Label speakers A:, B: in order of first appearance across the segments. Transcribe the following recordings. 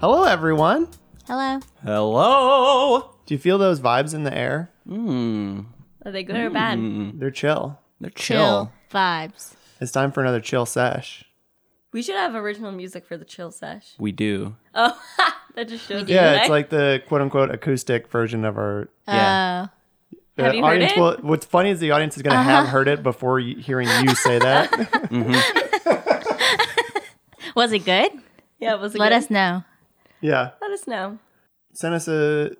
A: Hello, everyone.
B: Hello.
C: Hello.
A: Do you feel those vibes in the air?
B: Are they good or bad?
A: They're Mm, chill.
C: They're chill.
B: Chill vibes.
A: It's time for another chill sesh.
D: We should have original music for the chill sesh.
C: We do.
D: Oh, that just shows. you,
A: Yeah,
D: right?
A: it's like the quote unquote acoustic version of our.
C: Yeah.
B: Oh.
A: The
D: Have you heard
A: audience
D: it? Uh-huh.
A: will- what's funny is the audience is going to have heard it before you, hearing you say that.
B: was it good?
D: yeah. Was it
B: Let
D: good?
B: us know.
A: yeah.
D: let us know.
A: Send us a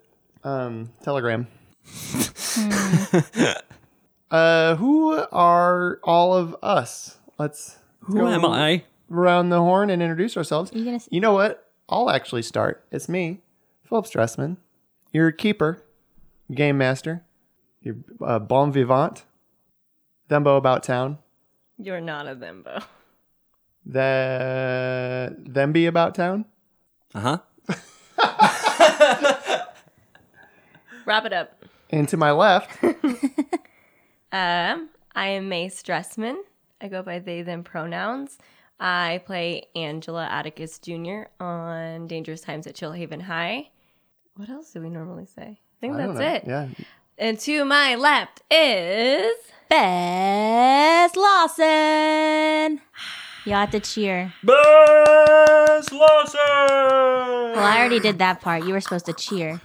A: um, telegram.
D: Hmm.
A: uh, who are all of us? Let's
C: Who am I?
A: around the horn and introduce ourselves.
B: You gonna s-
A: You know what? I'll actually start. It's me, Philip Stressman, your keeper, game master, your uh, bon vivant, Dumbo about town,
D: You're not a bimbo.
A: the them be about town,
C: Uh huh.
D: Wrap it up.
A: and to my left,
D: Um, I am May Stressman. I go by they them pronouns. I play Angela Atticus Jr. on Dangerous Times at Chillhaven High. What else do we normally say? I think
A: I don't
D: that's
A: know.
D: it.
A: Yeah,
D: And to my left is
B: Bess Lawson. You ought to cheer.
C: Bess
B: Well,
C: Lawson.
B: I already did that part. You were supposed to cheer.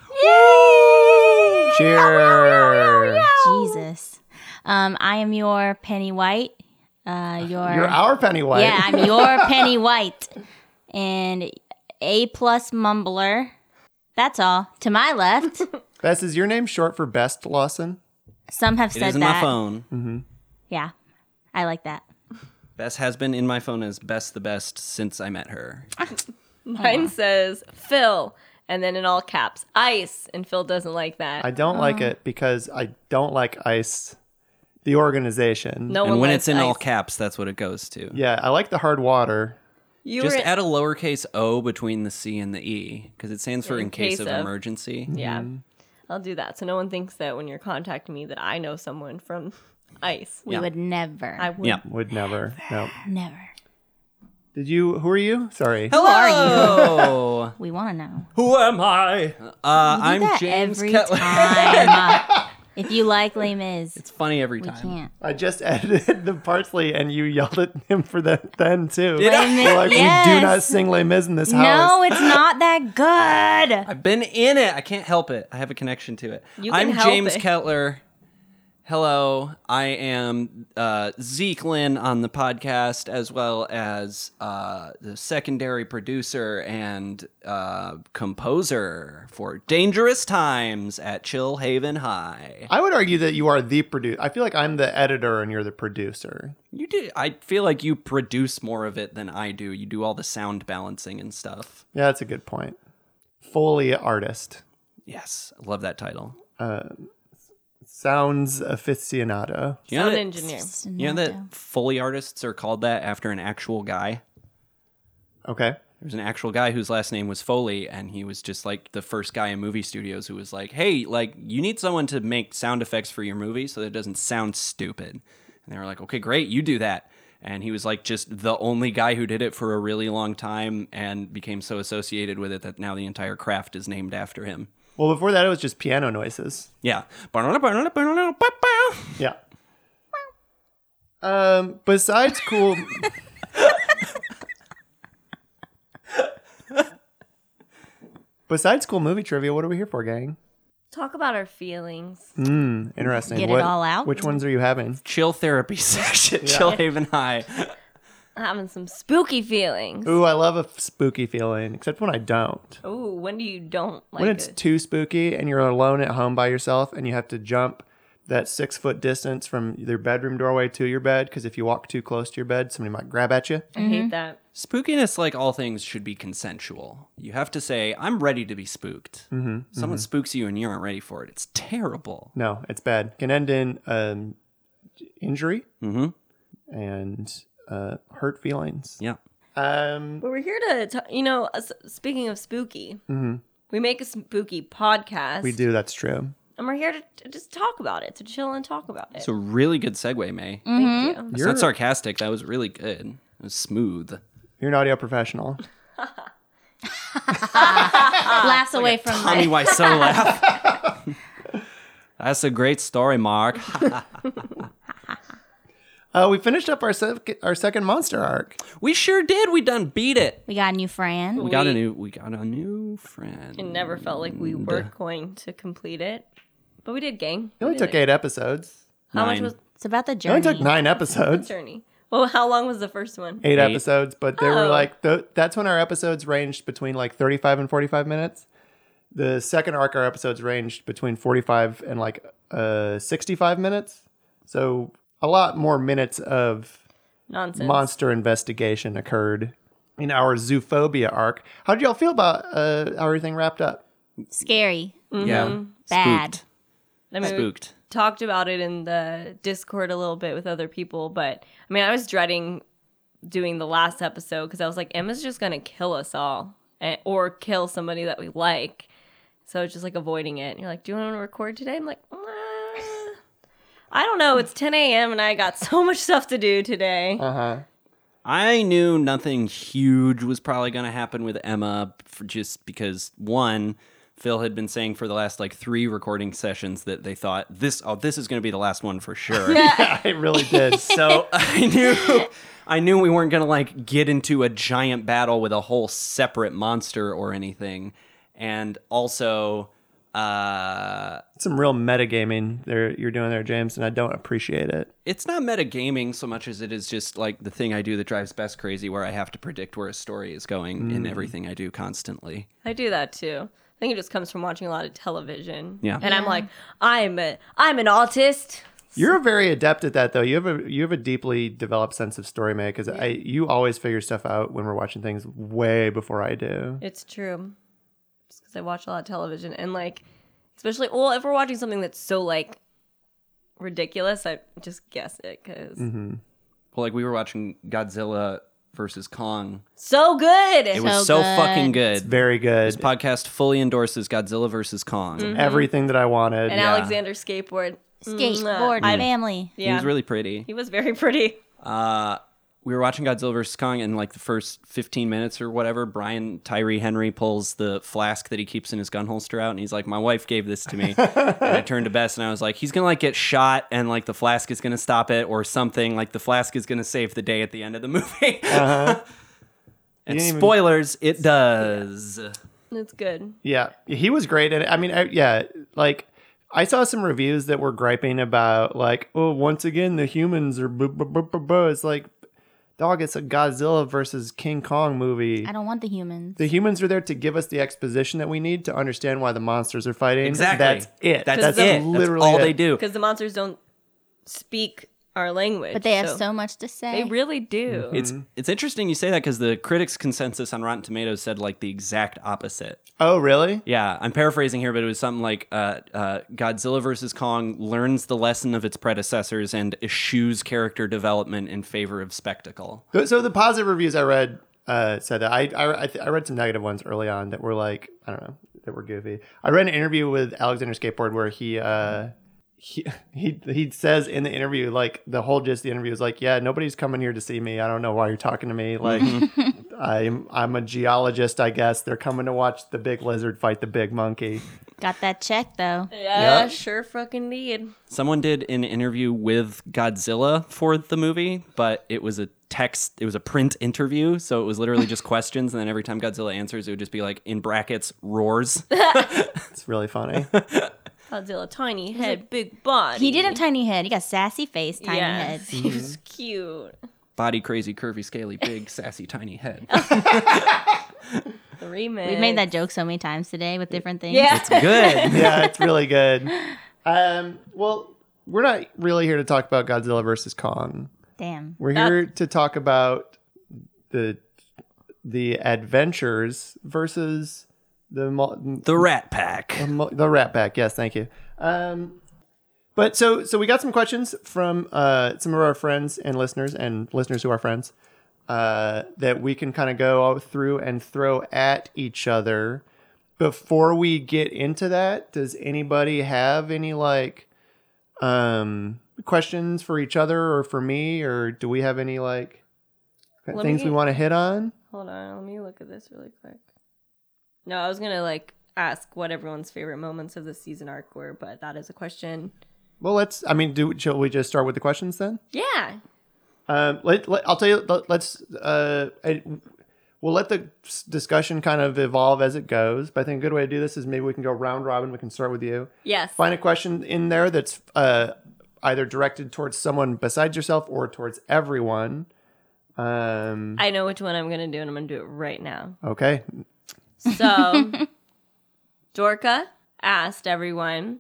A: cheers.
B: Jesus. Um, I am your Penny White. Uh, your
A: You're our Pennywise.
B: yeah, I'm your Penny White, and a plus mumbler. That's all. To my left,
A: Bess, is your name short for Best Lawson?
B: some have
C: It
B: said
C: is in
B: that.
C: my phone.
B: Yeah, I like that.
C: Bess has been in my phone as Bess the best since I met her.
D: mine says Phil, and then in all caps, ice, and Phil doesn't like that.
A: I don't like
B: Oh.
A: it because I don't like ICE, the organization.
D: no one
C: and when
D: likes
C: it's in
D: ice.
C: all caps, that's what it goes to.
A: Yeah, I like the hard water.
D: you
C: Just
D: were in-
C: add a lowercase o between the c and the e because it stands for in, case, of, emergency.
D: Yeah.
A: Mm-hmm.
D: I'll do that. So no one thinks that when you're contacting me that I know someone from ICE.
B: We
C: Yeah.
B: would never,
D: I would
C: Yeah.
A: Would never. No.
B: never.
A: Did you? Who are you? Sorry.
C: Hello. Who are you?
B: We want to know.
C: Who am I? Uh, I'm
B: that
C: James
B: every
C: Kettler.
B: time. if you like Les Mis,
C: It's funny every
B: we
C: time.
B: can't.
A: I just edited the parsley, and you yelled at him for that then too.
C: Did I?
A: You're like we do
B: Yes.
A: not sing Les Mis in this
B: No,
A: house.
B: it's not that good.
C: I've been in it. I can't help it. I have a connection to it.
D: You
C: I'm
D: can help
C: James
D: it.
C: Kettler. Hello, I am uh, Zeke Lynn on the podcast, as well as uh, the secondary producer and uh, composer for Dangerous Times at Chill Haven High.
A: I would argue that you are the producer. I feel like I'm the editor, and you're the producer.
C: You do. I feel like you produce more of it than I do. You do all the sound balancing and stuff.
A: Yeah, that's a good point. Foley artist
C: Yes, I love that title.
A: sounds aficionado.
C: You know
D: sound
C: that-
D: engineer.
C: You know that Foley artists are called that after an actual guy?
A: Okay.
C: There was an actual guy whose last name was Foley, and he was just like the first guy in movie studios who was like, hey, like, you need someone to make sound effects for your movie so that it doesn't sound stupid. And they were like, okay, great, you do that. And he was like just the only guy who did it for a really long time and became so associated with it that now the entire craft is named after him.
A: Well, before that, it was just piano noises.
C: Yeah.
A: Yeah. Um, besides cool. besides cool movie trivia, what are we here for, gang?
D: Talk about our feelings.
A: Mm. Interesting.
B: Get it
A: What-
B: all out?
A: Which ones are you having?
C: Chill therapy session, Chill Haven High.
D: having some spooky feelings.
A: Ooh, I love a f- spooky feeling, except when I don't.
D: Ooh, when do you don't like
A: when it's
D: it?
A: too spooky and you're alone at home by yourself and you have to jump that six foot distance from your bedroom doorway to your bed, because if you walk too close to your bed, somebody might grab at you.
D: I hate that.
C: Spookiness, like all things, should be consensual. You have to say, I'm ready to be spooked. Someone spooks you and you aren't ready for it. It's terrible.
A: No, it's bad. Can end in um, injury
C: Mhm.
A: and uh, hurt feelings.
C: Yeah.
A: Um,
D: But we're here to, ta- you know, uh, s- speaking of spooky, we make a spooky podcast.
A: Mm-hmm. we do. That's true.
D: And we're here to to just talk about it, to chill and talk about it.
C: It's a really good segue, May.
D: Thank you.
C: That's not sarcastic. That was really good. It was smooth.
A: You're an audio professional.
B: Laughs away from
C: Tommy
B: it.
C: Wiseau laugh. That's a great story, Mark.
A: Uh, we finished up our sec- our second monster arc.
C: we sure did. We done beat it.
B: We got a new friend.
C: We got a
D: We-
C: new. We got a new friend.
D: It never felt like we
A: Mm-hmm.
D: were going to complete it, but we did, gang.
A: It only
D: We did
A: took eight episodes.
D: How much
C: Nine.
D: was
B: It's about the
A: It only
B: journey.
A: took nine episodes.
D: journey? Well, how long was the first one?
A: Eight,
C: Eight.
A: episodes, but they were
D: Oh.
A: like th- that's when our episodes ranged between like 35 and 45 minutes. The second arc, our episodes ranged between 45 and like uh 65 minutes. So a lot more minutes of
D: Nonsense.
A: monster investigation occurred in our zoophobia arc. How did y'all feel about uh, how everything wrapped up?
B: Scary.
D: Mm-hmm.
C: Yeah.
B: Bad.
C: Spooked.
D: I mean, we
C: Spooked.
D: talked about it in the Discord a little bit with other people, but I mean, I was dreading doing the last episode because I was like, Emma's just gonna kill us all eh, or kill somebody that we like. So it's just like avoiding it. And you're like, do you want to record today? I'm like, "Uh, I don't know. It's 10 a.m. and I got so much stuff to do today.
A: Uh huh.
C: I knew nothing huge was probably going to happen with Emma for just because one, Phil had been saying for the last like three recording sessions that they thought this oh this is going to be the last one for sure.
A: Yeah, it really did.
C: so I knew I knew we weren't going to like get into a giant battle with a whole separate monster or anything. And also uh
A: Some real metagaming there you're doing there, James, and I don't appreciate it.
C: it's not metagaming so much as it is just like the thing I do that drives Bess crazy, where I have to predict where a story is going in everything I do constantly.
D: I do that too. I think it just comes from watching a lot of television.
C: Yeah.
D: And I'm like, I'm a, I'm an artist.
A: You're very adept at that, though. You have a you have a deeply developed sense of story, May, because I you always figure stuff out when we're watching things way before I do.
D: It's true. Just because I watch a lot of television and like, especially well, if we're watching something that's so like ridiculous, I just guess it because
C: Well, like we were watching Godzilla versus Kong.
D: so good.
C: It was
B: So
C: so fucking good.
A: Very
C: This
A: good.
C: podcast fully endorses Godzilla versus Kong.
D: Mm-hmm.
A: Everything that I wanted.
D: and
C: yeah.
D: Alexander skateboard.
B: Skateboard family.
C: He
D: Mm, Yeah,
C: was really pretty.
D: very pretty.
C: Uh, we were watching Godzilla versus Kong, and like the first 15 minutes or whatever, Brian Tyree Henry pulls the flask that he keeps in his gun holster out, and he's like, "My wife gave this to me." and I turned to Bess, and I was like, "He's gonna like get shot, and like the flask is gonna stop it, or something. Like the flask is gonna save the day at the end of the movie." and
A: Uh-huh. didn't even-
C: spoilers, it does.
D: It's good.
A: Yeah, he was great, and I mean, I, yeah, like I saw some reviews that were griping about like, oh, once again the humans are. Blah, blah, blah, blah, blah. It's like, dog, it's a Godzilla versus King Kong movie.
B: I don't want the humans.
A: The humans are there to give us the exposition that we need to understand why the monsters are fighting.
C: Exactly.
A: That's it.
C: That's,
D: That's
C: it.
A: literally
C: That's all
A: it.
C: they do.
D: Because the monsters don't speak our language,
B: but they have so, much to say.
D: they really do.
C: Mm-hmm. It's
A: Mm-hmm.
C: it's interesting you say that because the critics' consensus on Rotten Tomatoes said like the exact opposite.
A: Oh, really?
C: Yeah, I'm paraphrasing here, but it was something like uh, uh, Godzilla versus Kong learns the lesson of its predecessors and eschews character development in favor of spectacle.
A: Th- So the positive reviews I read uh, said that I I, I, th- I read some negative ones early on that were like I don't know that were goofy. I read an interview with Alexander Skateboard where he uh, he he he says in the interview like the whole gist of the interview is like yeah nobody's coming here to see me I don't know why you're talking to me like I'm I'm a geologist I guess they're coming to watch the big lizard fight the big monkey.
B: Got that check though.
D: yeah,
A: Yep.
D: sure fucking did.
C: Someone did an interview with Godzilla for the movie, but it was a text, it was a print interview, so it was literally just questions, and then every time Godzilla answers, it would just be like in brackets roars.
A: It's really funny.
D: Godzilla, tiny head, big body.
B: He didn't have tiny head. He got sassy face, tiny
D: Yes,
B: head.
D: he was cute.
C: Body crazy, curvy, scaly, big, sassy, tiny head.
D: The remix.
B: We've made that joke so many times today with different things.
D: Yeah.
C: It's good.
A: yeah, it's really good. Um, well, we're not really here to talk about Godzilla versus Kong.
B: Damn.
A: We're
D: That's-
A: here to talk about the the adventures versus the mul-
C: The Rat Pack.
A: the, mul- the Rat Pack. Yes, thank you. Um, but so so we got some questions from uh, some of our friends and listeners and listeners who are friends uh, that we can kind of go all through and throw at each other. Before we get into that, does anybody have any like um, questions for each other or for me, or do we have any like
D: Let me
A: things we
D: get-
A: want to hit on?
D: Hold on, let me look at this really quick. No, I was gonna like ask what everyone's favorite moments of the season arc were, but that is a question.
A: Well, let's. I mean, do shall we just start with the questions then?
D: Yeah.
A: Um, let, let- I'll tell you. Let, let's. Uh, I, we'll let the s- discussion kind of evolve as it goes. But I think a good way to do this is maybe we can go round robin. We can start with you.
D: Yes.
A: Find a question in there that's uh, either directed towards someone besides yourself or towards everyone. Um,
D: I know which one I'm gonna do, and I'm gonna do it right now.
A: okay.
D: So, Dorka asked everyone,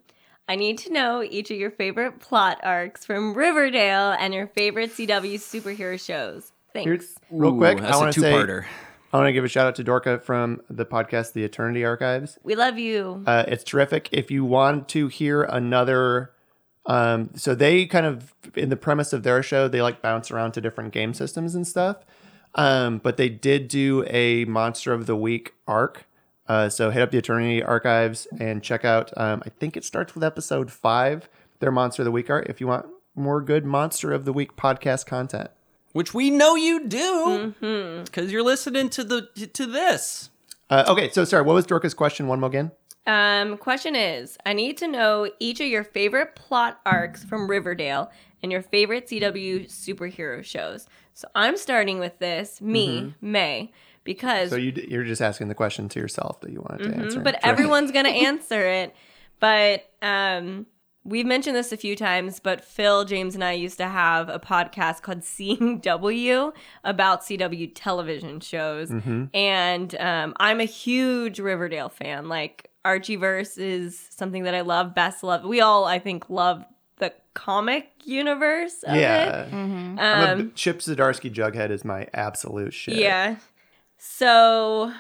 D: I need to know each of your favorite plot arcs from Riverdale and your favorite CW superhero shows. Thanks.
A: Here's, real quick,
C: Ooh,
A: I
C: that's a
A: want to say
C: two-parter.
A: I want to give a shout out to Dorka from the podcast The Eternity Archives.
D: we love you.
A: Uh, it's terrific. If you want to hear another, um, so they kind of in the premise of their show, they like bounce around to different game systems and stuff. Um, but they did do a Monster of the Week arc. Uh, so hit up the Eternity Archives and check out. Um, I think it starts with episode five. Their Monster of the Week arc. If you want more good Monster of the Week podcast content.
C: which we know you do because you're listening to the to this.
A: Uh, okay, so sorry. What was Dorka's question? One more again.
D: Um, question is I need to know each of your favorite plot arcs from Riverdale and your favorite CW superhero shows. So I'm starting with this, me, May, because
A: So you, d- you're just asking the question to yourself that you wanted to answer.
D: but
A: Terrific.
D: everyone's gonna answer it. But um, we've mentioned this a few times. But Phil, James, and I used to have a podcast called Seeing W about CW television shows,
A: Mm-hmm.
D: and um, I'm a huge Riverdale fan. Like Archieverse is something that I love. Best love. We all, I think, love the comic universe. Of It.
A: Yeah. I'm a
D: Um,
A: b- Chip Zdarsky Jughead is my absolute shit.
D: Yeah. So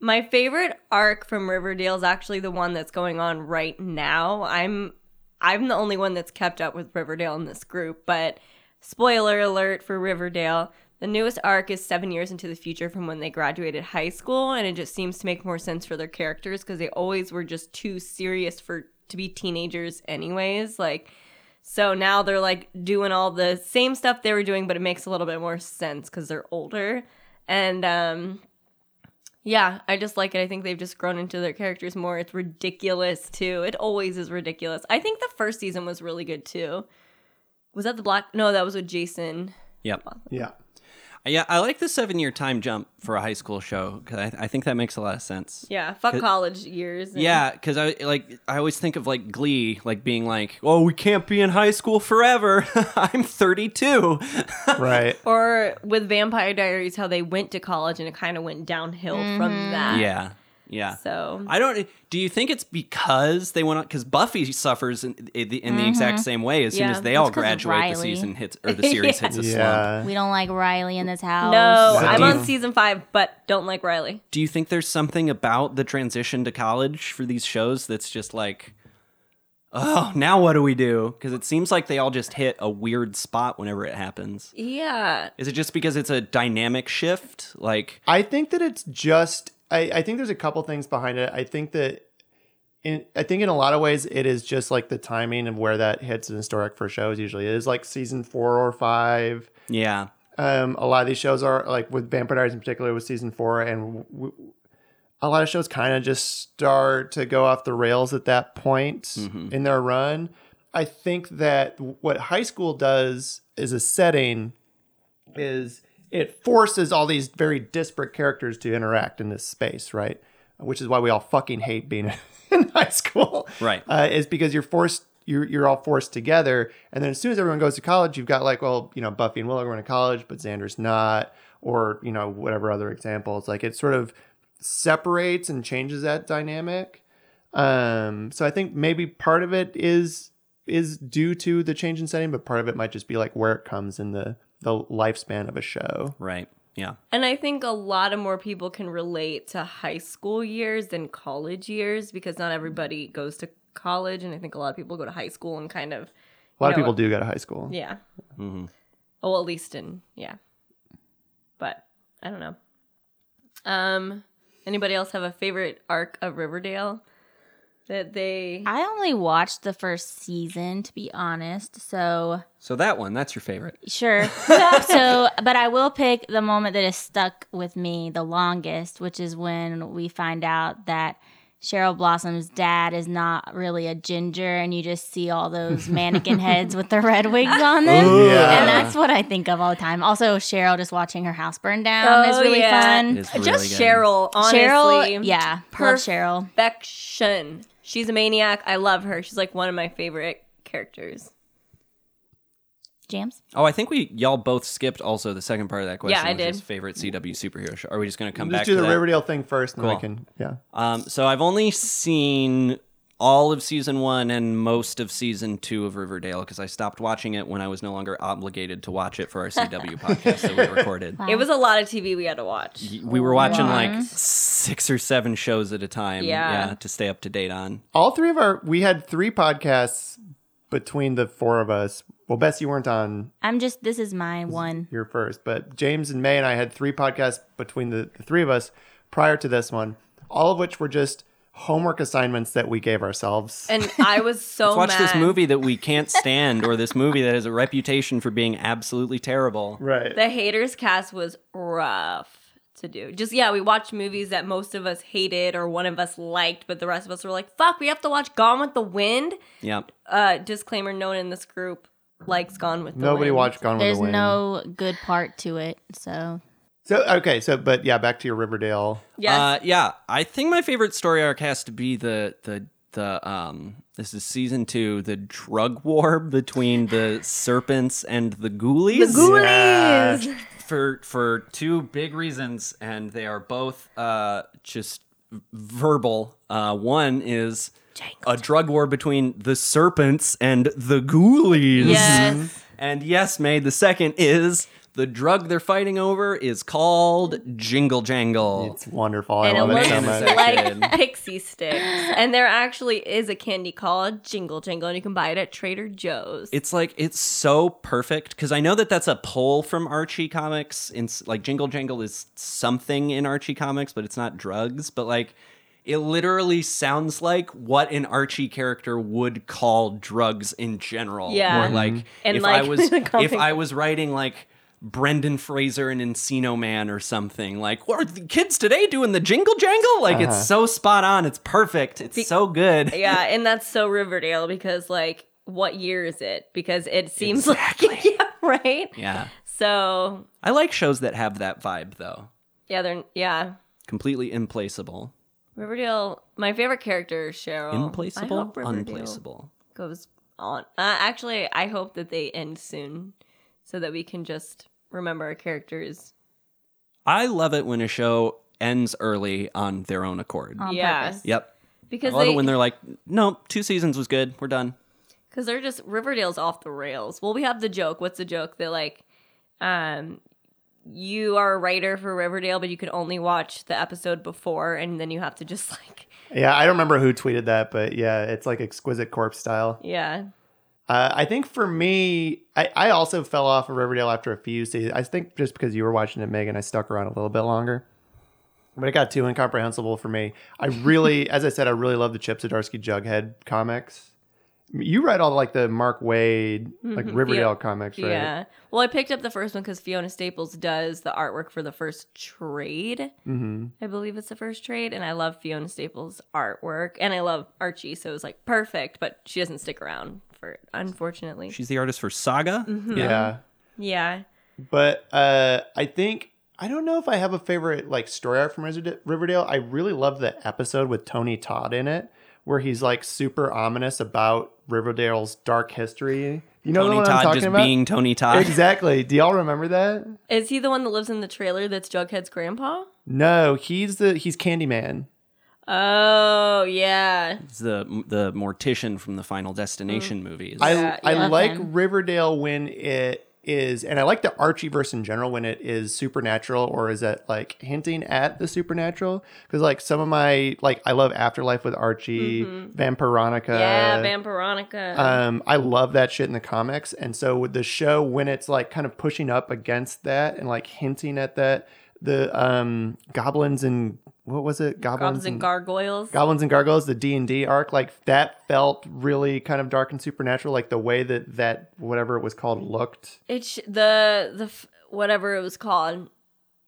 D: my favorite arc from Riverdale is actually the one that's going on right now. I'm I'm the only one that's kept up with Riverdale in this group, but spoiler alert for Riverdale. The newest arc is seven years into the future from when they graduated high school, and it just seems to make more sense for their characters because they always were just too serious for to be teenagers, anyways. Like, so now they're like doing all the same stuff they were doing, but it makes a little bit more sense because they're older. And um, yeah, I just like it. I think they've just grown into their characters more. It's ridiculous too. It always is ridiculous. I think the first season was really good too. Was that the black? No, that was with Jason.
C: Yep.
A: Yeah.
C: Yeah, I like the seven year time jump for a high school show because I, I think that makes a lot of sense.
D: Yeah, fuck
C: Good-
D: college years. and-
C: Yeah, because I like I always think of like Glee, like being like, "Oh, we can't be in high school forever." I'm 32.
A: Right.
D: Or with Vampire Diaries, how they went to college and it kind of went downhill from that.
C: Mm-hmm. yeah, yeah.
D: So
C: I don't. Do you think it's because they went on? Because Buffy suffers in, in the in the exact same way. As soon
D: Yeah.
C: as they
B: It's
C: all
B: 'cause of
C: graduate, the
B: Riley.
C: season hits or the series hits a slump.
A: Yeah.
B: We don't like Riley in this house.
D: no,
A: So
D: I'm
A: do
D: on
A: you-
D: season five, but don't like Riley.
C: do you think there's something about the transition to college for these shows that's just like oh now what do we do because it seems like they all just hit a weird spot whenever it happens
D: Yeah,
C: is it just because it's a dynamic shift like
A: I think that it's just. I, I think there's a couple things behind it. I think that. In, I think in a lot of ways it is just like the timing of where that hits an historic for shows. Usually, it is like season four or five.
C: yeah
A: um, a lot of these shows are like with Vampire Diaries in particular with season four, and w- w- a lot of shows kind of just start to go off the rails at that point in their run. I think that what high school does is a setting is it forces all these very disparate characters to interact in this space, right? Which is why we all fucking hate being in high school,
C: Right.
A: Uh, is because you're forced, you're you're all forced together, and then as soon as everyone goes to college, you've got like, well, you know, Buffy and Willow are going to college, but Xander's not, or you know, whatever other examples. Like it sort of separates and changes that dynamic. Um, so I think maybe part of it is is due to the change in setting, but part of it might just be like where it comes in the the lifespan of a show.
C: right yeah
D: And I think a lot of more people can relate to high school years than college years because not everybody goes to college. And I think a lot of people go to high school and kind of,
A: A lot of
D: You
A: people
D: know,
A: do go to high school.
D: yeah.
C: Mhm.
D: Oh, well, at least in, yeah. But I don't know. Um, Anybody else have a favorite arc of Riverdale? that they
B: I only watched the first season, to be honest. So
C: So that one, that's your favorite.
B: sure. so, but I will pick the moment that is stuck with me the longest, which is when we find out that Cheryl Blossom's dad is not really a ginger, and you just see all those mannequin heads with the red wigs on them.
A: Ooh, yeah.
B: And that's what I think of all the time. Also, Cheryl just watching her house burn down is
D: Oh,
B: really
D: yeah.
B: fun.
C: It is really
D: just
C: good.
D: Cheryl, honestly.
B: Cheryl, yeah, love Cheryl.
D: Perfection. She's a maniac. I love her. She's like one of my favorite characters.
B: Jams.
C: Oh, I think we y'all both skipped also the second part of that question.
D: Yeah, I
C: which
D: did.
C: is favorite CW superhero show. Are we just going to come
A: Just
C: back
A: do
C: to
A: the
C: that?
A: Riverdale thing first, and then
C: Cool.
A: we can. Yeah.
C: Um, so I've only seen all of season one and most of season two of Riverdale because I stopped watching it when I was no longer obligated to watch it for our CW podcast that we recorded.
B: Wow.
D: It was a lot of TV we had to watch.
C: We were watching like six or seven shows at a time,
D: Yeah.
C: to stay up to date on.
A: All three of our we had three podcasts between the four of us. Well, Bess, you weren't on
B: I'm just. This is my one.
A: your first, but James and May and I had three podcasts between the, the three of us prior to this one, all of which were just homework assignments that we gave ourselves.
D: And I was so
C: Let's watch
D: mad.
C: this movie that we can't stand, or this movie that has a reputation for being absolutely terrible.
A: right.
D: The haters cast was rough to do. Just yeah, we watched movies that most of us hated or one of us liked, but the rest of us were like, "Fuck, we have to watch Gone with the Wind."
C: Yeah,
D: Uh, disclaimer: No one in this group likes Gone with the Wind.
A: Nobody watched Gone with
B: There's
A: the Wind.
B: no good part to it. So
A: So okay, so but yeah, back to your Riverdale.
D: Yes,
C: Uh, yeah, I think my favorite story arc has to be the the the um this is season two the drug war between the serpents and the ghoulies
A: Ghoulies!
C: for for two big reasons and they are both uh just v- verbal uh one is a drug war between the serpents and the ghoulies Mm-hmm.
D: yes.
C: and yes, May, the second is the drug they're fighting over is called Jingle Jangle.
A: It's wonderful.
D: And
A: I
D: it
A: love it so
D: looks
C: much.
D: like pixie sticks. And there actually is a candy called Jingle Jingle, and you can buy it at Trader Joe's.
C: It's like it's so perfect because I know that that's a pull from Archie comics. In like Jingle Jangle is something in Archie comics, but it's not drugs. But like, it literally sounds like what an Archie character would call drugs in general.
D: Yeah.
C: or like
D: And,
C: if I
D: like,
C: was
D: the
C: if
D: comic-
C: I was writing like. Brendan Fraser and Encino Man or something like what are the kids today doing the jingle jangle like it's so spot on it's perfect it's so good
D: yeah, and that's so Riverdale because like what year is it? Because it seems like yeah, right?
C: yeah
D: So
C: I like shows that have that vibe though
D: yeah, they're yeah.
C: completely implaceable.
D: Riverdale. My favorite character is Cheryl. Oh, I
C: Implaceable,
D: hope Riverdale
C: unplaceable.
D: goes on. Uh, actually, I hope that they end soon, so that we can just remember our characters.
C: I love it when a show ends early on their own accord.
B: on
D: Yeah.
B: purpose.
C: Yep. I
D: Because
C: love
D: they,
C: it when they're like, no, two seasons was good. We're done.
D: Because they're just Riverdale's off the rails. Well, we have the joke. What's the joke? They're like, um, you are a writer for Riverdale, but you can only watch the episode before, and then you have to just like,
A: Yeah, I don't remember who tweeted that, but yeah, it's like exquisite corpse style.
D: yeah,
A: Uh, I think for me, I, I also fell off of Riverdale after a few seasons. I think just because you were watching it, Megan, I stuck around a little bit longer. But it got too incomprehensible for me. I really, as I said, I really love the Chip Zdarsky Jughead comics. You read all like the Mark Wade, like Riverdale comics, right?
D: yeah. Well, I picked up the first one because Fiona Staples does the artwork for the first trade.
A: Mm-hmm.
D: I believe it's the first trade, and I love Fiona Staples' artwork, and I love Archie, so it's like perfect. But she doesn't stick around for it, unfortunately.
C: She's the artist for Saga.
D: Mm-hmm.
A: yeah.
D: yeah,
A: But uh, I think I don't know if I have a favorite like story arc from Riverd- Riverdale. I really love the episode with Tony Todd in it, where he's like super ominous about Riverdale's dark history. You know the
C: Tony
A: one I'm
C: Todd
A: talking
C: just
A: about?
C: being Tony Todd.
A: exactly. Do y'all remember that?
D: is he the one that lives in the trailer that's Jughead's grandpa?
A: No, he's the he's Candyman.
D: Oh yeah.
C: It's the the mortician from the Final
D: Mm.
C: Destination movies.
A: I
D: Yeah,
A: I
B: yeah.
A: like
B: Love him.
A: Riverdale when it is, and I like the Archieverse in general when it is supernatural or is it like hinting at the supernatural? Because like some of my like I love Afterlife with Archie, Vampironica.
D: Mm-hmm. yeah, Vampironica.
A: um, I love that shit in the comics, and so with the show when it's like kind of pushing up against that and like hinting at that, the um goblins and what was it?
D: Goblins and gargoyles.
A: Goblins and Gargoyles, the D and D arc, like that felt really kind of dark and supernatural. Like the way that that whatever it was called looked.
D: It sh- the the f- whatever it was called.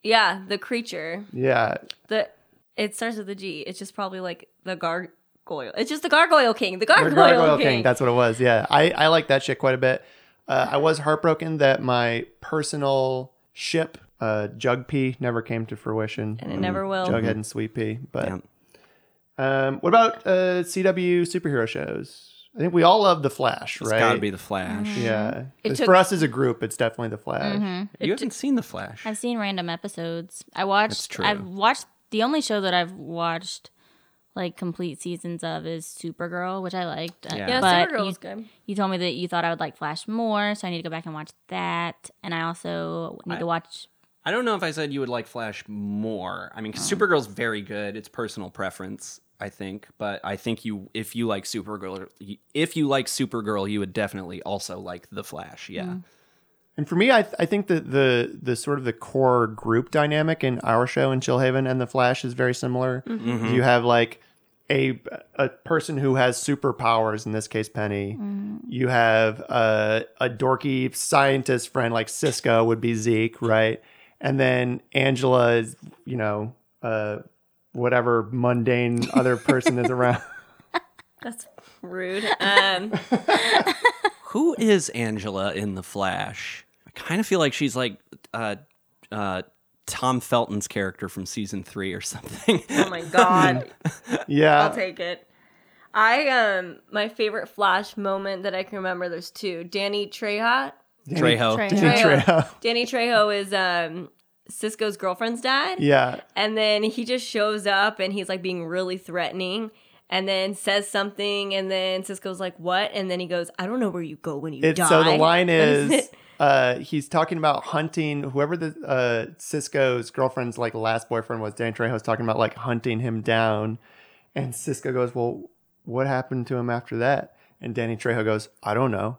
D: Yeah, the creature.
A: Yeah,
D: The it starts with the G. It's just probably like the gargoyle. It's just the gargoyle king. The
A: The
D: gargoyle,
A: Gargoyle
D: king.
A: King. That's what it was. Yeah, I I like that shit quite a bit. Uh, I was heartbroken that my personal ship, uh, Jug Pea, never came to fruition.
D: And it never will.
A: Jughead and Sweet Pea, but.
C: Damn.
A: Um, what about uh, CW superhero shows? I think we all love The Flash,
C: It's
A: right?
C: gotta be the Flash.
D: Mm.
A: Yeah.
D: It
A: But
D: took- Mm-hmm.
A: For us as a group, it's definitely The Flash.
C: You haven't seen the Flash.
B: I've seen random episodes. I watched.
C: That's true.
B: I've watched the only show that I've watched like complete seasons of is Supergirl, which I liked. Uh,
C: Yeah.
D: Yeah,
B: but
D: Supergirl
B: you,
D: was good.
B: you told me that you thought I would like Flash more, so I need to go back and watch that. And I also need to watch.
C: I don't know if I said you would like Flash more. I mean, 'cause Supergirl's very good. It's personal preference, I think. But I think you, if you like Supergirl, if you like Supergirl, you would definitely also like the Flash. Yeah,
A: And for me, I, I think that the the sort of the core group dynamic in our show in Chillhaven and the Flash is very similar.
C: Mm-hmm.
A: You have like a a person who has superpowers, in this case Penny.
D: Mm.
A: You have a a dorky scientist friend like Cisco would be Zeke, right? And then Angela is you know uh, whatever mundane other person is around.
D: That's rude. Um,
C: who is Angela in the Flash? I kind of feel like she's like uh, uh, Tom Felton's character from season three or something.
D: oh my god.
A: Yeah,
D: I'll take it. I um my favorite Flash moment that I can remember. There's two. Danny Trejo.
C: Trejo.
B: Trejo.
A: Trejo.
D: Danny Trejo is um Cisco's girlfriend's dad.
A: yeah.
D: And then he just shows up and he's like being really threatening and then says something and then Cisco's like, What? And then he goes, I don't know where you go when you
A: It,
D: die.
A: so the line is uh, he's talking about hunting whoever the uh, Cisco's girlfriend's like last boyfriend was. Dan Trejo's talking about like hunting him down, and Cisco goes, "Well, what happened to him after that?" And Danny Trejo goes, "I don't know.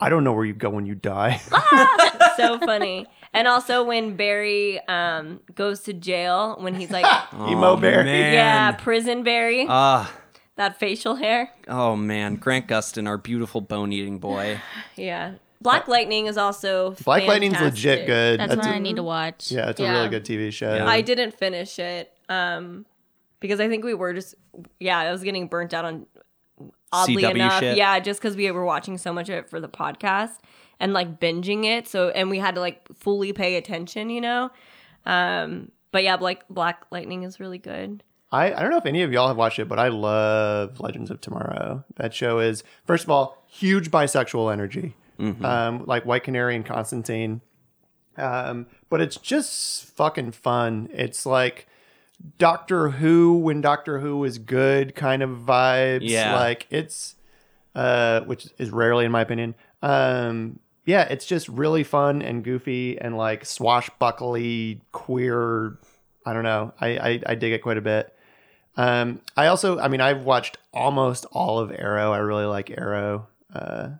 A: I don't know where you go when you die."
D: Ah, so funny. And also when Barry um goes to jail when he's like
A: Emo Bear.
C: Oh, man.
D: Yeah, prison Barry.
C: Ah,
D: that facial hair.
C: oh man, Grant Gustin, our beautiful bone eating boy.
D: Yeah. Black Lightning is also
A: Black Lightning's
D: fantastic.
A: legit good.
B: That's, what
A: a-
B: I need to watch.
A: yeah, it's a
D: Yeah.
A: really good TV show.
D: I didn't finish it um, because I think we were just yeah I was getting burnt out on oddly
C: CW
D: enough
C: shit.
D: yeah just because we were watching so much of it for the podcast and like binging it so and we had to like fully pay attention you know um, but yeah Black Black Lightning is really good
A: I, I don't know if any of y'all have watched it, but I love Legends of Tomorrow. That show is, first of all, huge bisexual energy, um, like White Canary and Constantine. Um, but it's just fucking fun. It's like Doctor Who when Doctor Who is good kind of vibes.
C: Yeah.
A: Like it's, uh, which is rarely in my opinion. Um, yeah, it's just really fun and goofy and like swashbuckly queer. I don't know. I, I, I dig it quite a bit. Um, I also, I mean, I've watched almost all of Arrow. I really like Arrow. Uh,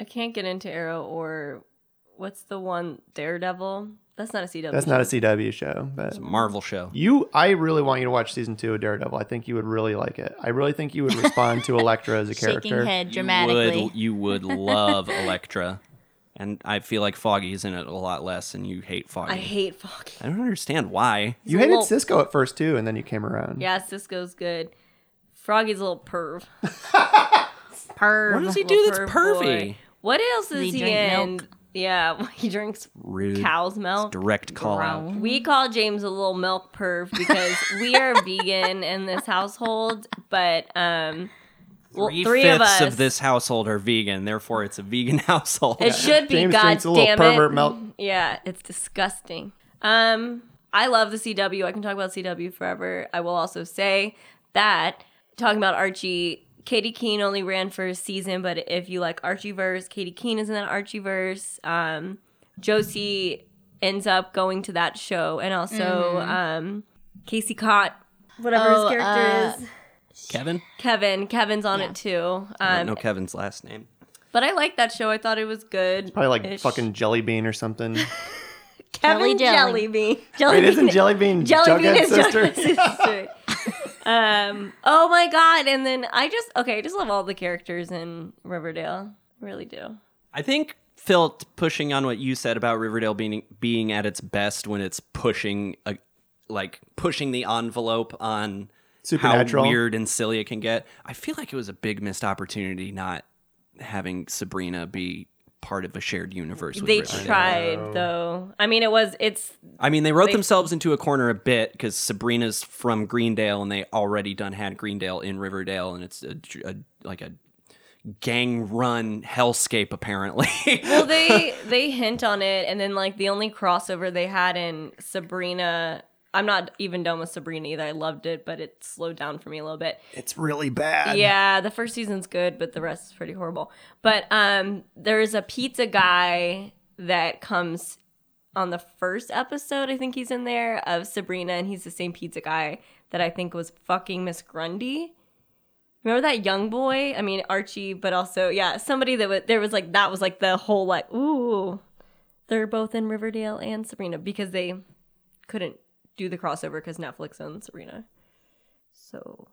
D: I can't get into Arrow or what's the one Daredevil that's not a CW
A: that's not a CW show, but
C: It's a Marvel show.
A: you, I really want you to watch season two of Daredevil. I think you would really like it. I really think you would respond to Elektra as a
B: Shaking
A: character.
B: head dramatically.
C: You would, you would love Elektra. And I feel like Foggy's in it a lot less, and you hate Foggy.
D: I hate Foggy
C: I don't understand why.
A: You
D: He's a
A: hated
D: little-
A: Cisco at first too, and then you came around.
D: yeah Cisco's good Froggy's a little perv.
B: Perv.
C: What does he do that's
D: Perv
C: pervy?
D: boy. What else is
B: Does he
D: he,
B: drink
D: in?
B: milk?
D: Yeah, he drinks
C: Rude.
D: cow's milk.
C: Direct call out.
B: Gross.
D: We call James a little milk perv because we are vegan in this household, but um, well,
C: Three,
D: three
C: fifths
D: of us.
C: this household are vegan, therefore it's a vegan household.
D: it should be.
A: James
D: God
A: drinks a little
D: damn
A: pervert
D: it.
A: milk.
D: Yeah, it's disgusting. Um, I love the CW. I can talk about CW forever. I will also say that talking about Archie, Katie Keene only ran for a season, but if you like Archieverse, Katie Keene is in that Archieverse. Um, Josie ends up going to that show, and also um, Casey Cott, whatever
B: Oh,
D: his character is,
C: Kevin?
D: Kevin. Kevin's on it too.
C: I don't know
D: Um,
C: Kevin's last name.
D: but I like that show. I thought it was good.
A: Probably like fucking jelly bean or something.
D: Kevin
B: Jelly.
D: Jellybean.
A: Wait, isn't Jellybean Jughead's sister?
D: Jughead's sister. um, oh my god! And then I just okay, I just love all the characters in Riverdale. Really do.
C: I think Phil pushing on what you said about Riverdale being being at its best when it's pushing a like pushing the envelope on
A: Supernatural.
C: how weird and silly it can get. I feel like it was a big missed opportunity not having Sabrina be part of a shared universe. With
D: They
C: Riverdale.
D: tried though. I mean, it was it's
C: I mean, they wrote themselves into a corner a bit because Sabrina's from Greendale, and they already done had Greendale in Riverdale, and it's a, a like a gang run hellscape apparently.
D: well they they hint on it and then like the only crossover they had in Sabrina. I'm not even done with Sabrina either. I loved it, but it slowed down for me a little bit.
A: It's really bad.
D: Yeah, the first season's good, but the rest is pretty horrible. But um there's a pizza guy that comes on the first episode, I think he's in there, of Sabrina, and he's the same pizza guy that I think was fucking Miss Grundy. Remember that young boy? I mean Archie, but also yeah, somebody that was there was like that was like the whole like ooh, they're both in Riverdale and Sabrina because they couldn't do the crossover because Netflix owns Sabrina. So,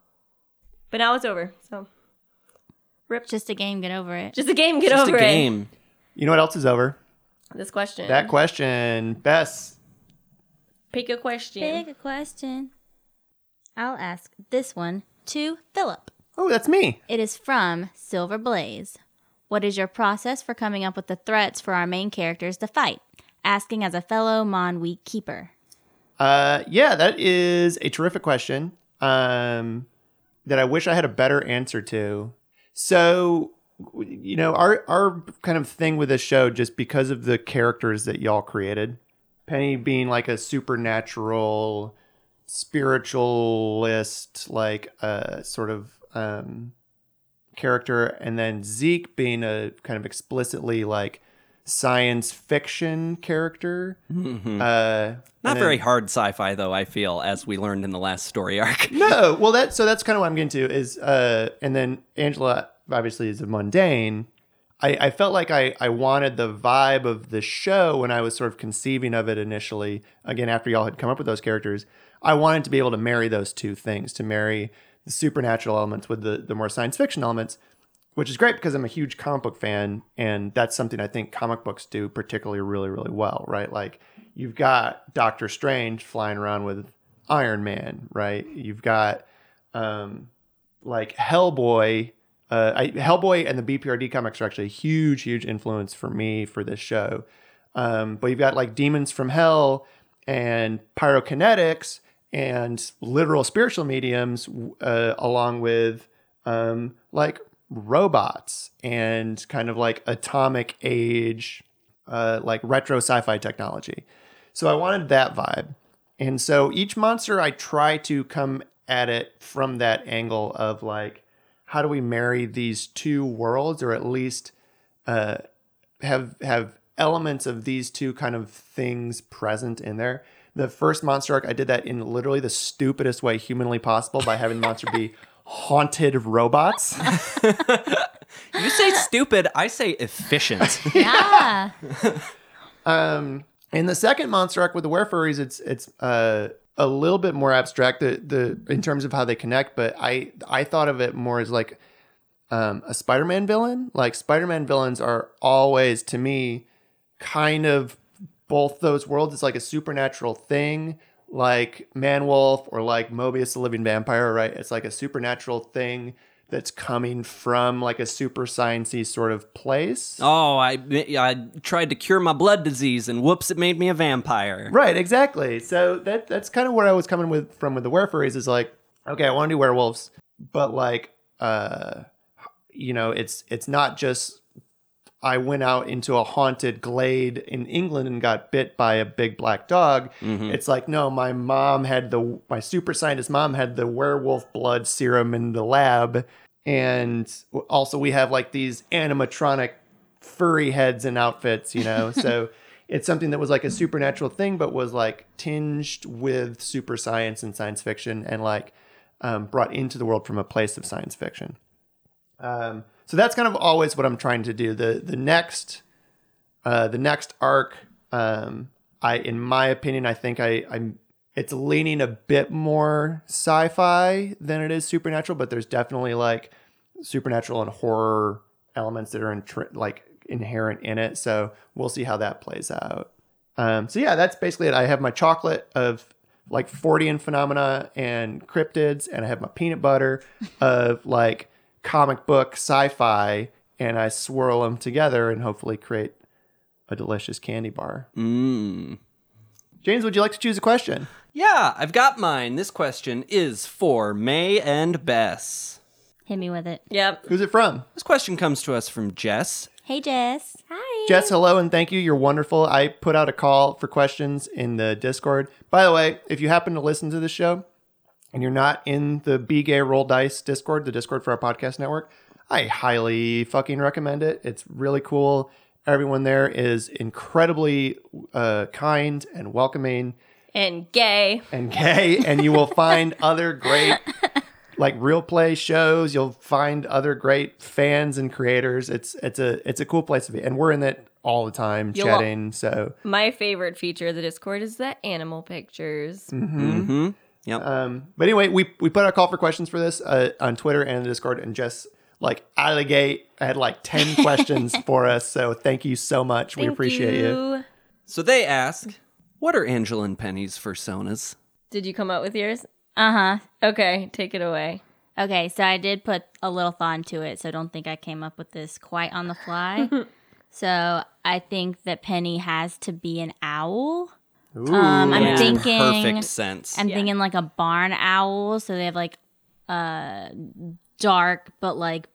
D: but now it's over. So
B: Just a game. Get over it.
D: just a game. Get
C: Just
D: over
C: a game.
A: You know what else is over?
D: it. This question.
A: That question, Bess.
D: Pick a question.
B: Big question. I'll ask this one to Philip.
A: Oh, that's me.
B: It is from Silver Blaze. What is your process for coming up with the threats for our main characters to fight? Asking as a fellow Mon Week keeper.
A: Uh, yeah, that is a terrific question um, that I wish I had a better answer to. So, w- you know, our our kind of thing with this show, just because of the characters that y'all created, Penny being like a supernatural, spiritualist, like uh, sort of um, character, and then Zeke being a kind of explicitly like science fiction character. Uh,
C: Not
A: and then-
C: very hard sci-fi though. I feel as we learned in the last story arc.
A: No, well that so that's kind of what I'm getting to is uh and then Angela obviously is a mundane. I, I felt like I, I wanted the vibe of the show when I was sort of conceiving of it initially. Again, after y'all had come up with those characters, I wanted to be able to marry those two things, to marry the supernatural elements with the, the more science fiction elements, which is great because I'm a huge comic book fan. And that's something I think comic books do particularly really, really well, right? Like you've got Doctor Strange flying around with Iron Man, right? You've got um, like Hellboy. Uh, I, Hellboy and the BPRD comics are actually a huge, huge influence for me for this show. Um, but you've got like Demons from Hell and Pyrokinetics and literal spiritual mediums, uh, along with um, like robots and kind of like atomic age, uh, like retro sci fi technology. So I wanted that vibe. And so each monster, I try to come at it from that angle of like, how do we marry these two worlds, or at least uh, have have elements of these two kind of things present in there? The first monster arc, I did that in literally the stupidest way humanly possible by having the monster be haunted robots.
C: You say stupid, I say efficient.
B: Yeah.
A: Um, in the second monster arc with the werefurries, it's it's uh, a little bit more abstract the, the in terms of how they connect, but I I thought of it more as like um, a Spider-Man villain. Like Spider-Man villains are always to me kind of both those worlds. It's like a supernatural thing, like Man Wolf or like Mobius the Living Vampire, right? It's like a supernatural thing that's coming from like a super sciencey sort of place.
C: oh, I I tried to cure my blood disease, and whoops, it made me a vampire.
A: Right, exactly. So that that's kind of where I was coming with from with the werefurries is like, okay, I want to do werewolves, but like uh you know, it's it's not just I went out into a haunted glade in England and got bit by a big black dog. It's like, no, my mom had the my super scientist mom had the werewolf blood serum in the lab. And also we have like these animatronic furry heads and outfits, you know. so it's something that was like a supernatural thing, but was like tinged with super science and science fiction and like um, brought into the world from a place of science fiction. Um, so that's kind of always what I'm trying to do. The the next uh, the next arc, um, I, in my opinion, I think I, I'm. It's leaning a bit more sci-fi than it is supernatural, but there's definitely like supernatural and horror elements that are in like inherent in it. So we'll see how that plays out. Um, so yeah, that's basically it. I have my chocolate of like 40 and phenomena and cryptids, and I have my peanut butter of like comic book sci-fi, and I swirl them together and hopefully create a delicious candy bar.
C: Mm.
A: James, would you like to choose a question?
C: Yeah, I've got mine. This question is for May and Bess.
B: Hit me with it.
D: Yep.
A: Who's it from?
C: This question comes to us from Jess.
B: Hey, Jess. Hi.
A: Jess, hello and thank you. You're wonderful. I put out a call for questions in the Discord. By the way, if you happen to listen to this show and you're not in the Be Gay Roll Dice Discord, the Discord for our podcast network, I highly fucking recommend it. It's really cool. Everyone there is incredibly uh, kind and welcoming
D: And gay.
A: and gay, and you will find other great, like real play shows. You'll find other great fans and creators. It's it's a it's a cool place to be, and we're in it all the time,
D: You'll-
A: chatting. So
D: My favorite feature of the Discord is the animal pictures.
C: Mm-hmm. Yep.
A: Um, but anyway, we we put out a call for questions for this uh, on Twitter and the Discord, and just like out of the gate, I had like ten questions for us. So thank you so much. we
D: Thank
A: appreciate you.
C: so they ask, what are Angela and Penny's personas?
D: Did you come up with yours?
B: Uh huh.
D: Okay, take it away.
B: Okay, so I did put a little thought into it, so don't think I came up with this quite on the fly. so I think that Penny has to be an owl.
A: Ooh.
B: Um, I'm
C: Makes
B: thinking.
C: perfect sense.
B: I'm
D: Yeah.
B: thinking like a barn owl, so they have like uh dark but like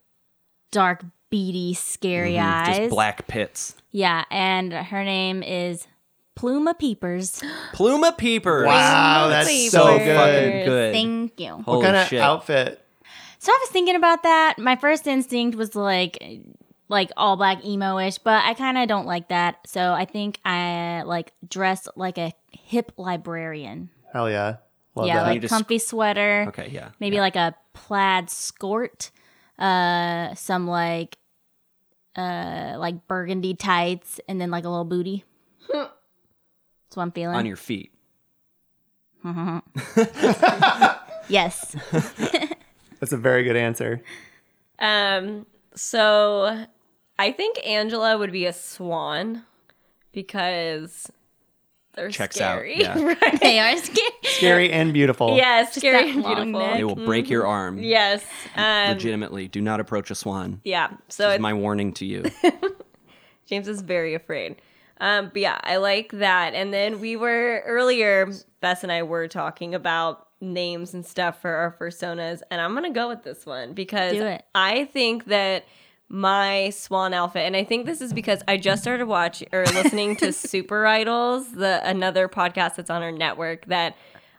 B: dark beady scary
C: Mhm,
B: eyes.
C: Just black pits.
B: Yeah, and her name is Pluma Peepers.
C: Pluma peepers.
A: wow, that's
D: Please,
A: so
D: please.
A: good.
C: Fucking good.
B: Thank you.
A: What
C: Holy
A: kind of
C: shit.
A: outfit?
B: So I was thinking about that. My first instinct was like like all black emo-ish, but I kind of don't like that. So I think I like dress like a hip librarian.
A: Hell yeah, love
B: yeah,
A: that.
C: You
B: like
C: just-
B: comfy sweater.
C: okay, yeah.
B: maybe like a plaid skirt, uh, some like uh like burgundy tights, and then like a little booty. That's what I'm feeling.
C: on your feet.
B: yes.
A: that's a very good answer.
D: Um, so I think Angela would be a swan because they're
C: Checks
D: scary.
C: out, yeah.
D: right?
B: they are scared.
A: Scary and beautiful.
D: Yeah,
B: that
D: scary and
B: long
D: beautiful.
B: neck.
C: They will break
B: Mm-hmm.
C: your arm.
D: Yes. Um,
C: Legitimately, do not approach a swan.
D: yeah. So
C: This
D: it's
C: is my warning to you.
D: James is very afraid. Um, but yeah, I like that. And then we were earlier, Bess and I were talking about names and stuff for our personas, and I'm gonna go with this one because
B: Do it.
D: I think that my swan outfit, and I think this is because I just started watch or listening to Super Idols, the another podcast that's on our network that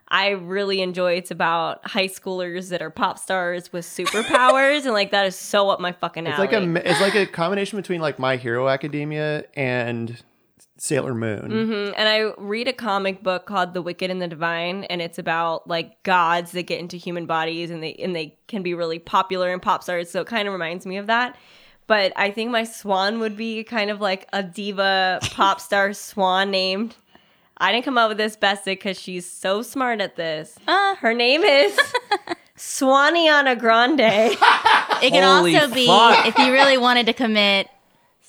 D: I really enjoy. It's about high schoolers that are pop stars with superpowers, and like that is so up my fucking alley.
A: It's like a mi- it's like a combination between like My Hero Academia and Sailor Moon.
D: Mhm. And I read a comic book called The Wicked and the Divine, and it's about like gods that get into human bodies, and they and they can be really popular and pop stars. So it kind of reminds me of that. But I think my swan would be kind of like a diva pop star swan named. I didn't come up with this best because she's so smart at this.
B: Uh,
D: Her name is Swaniana Grande.
B: it could
C: Holy
B: also be
C: fuck.
B: if you really wanted to commit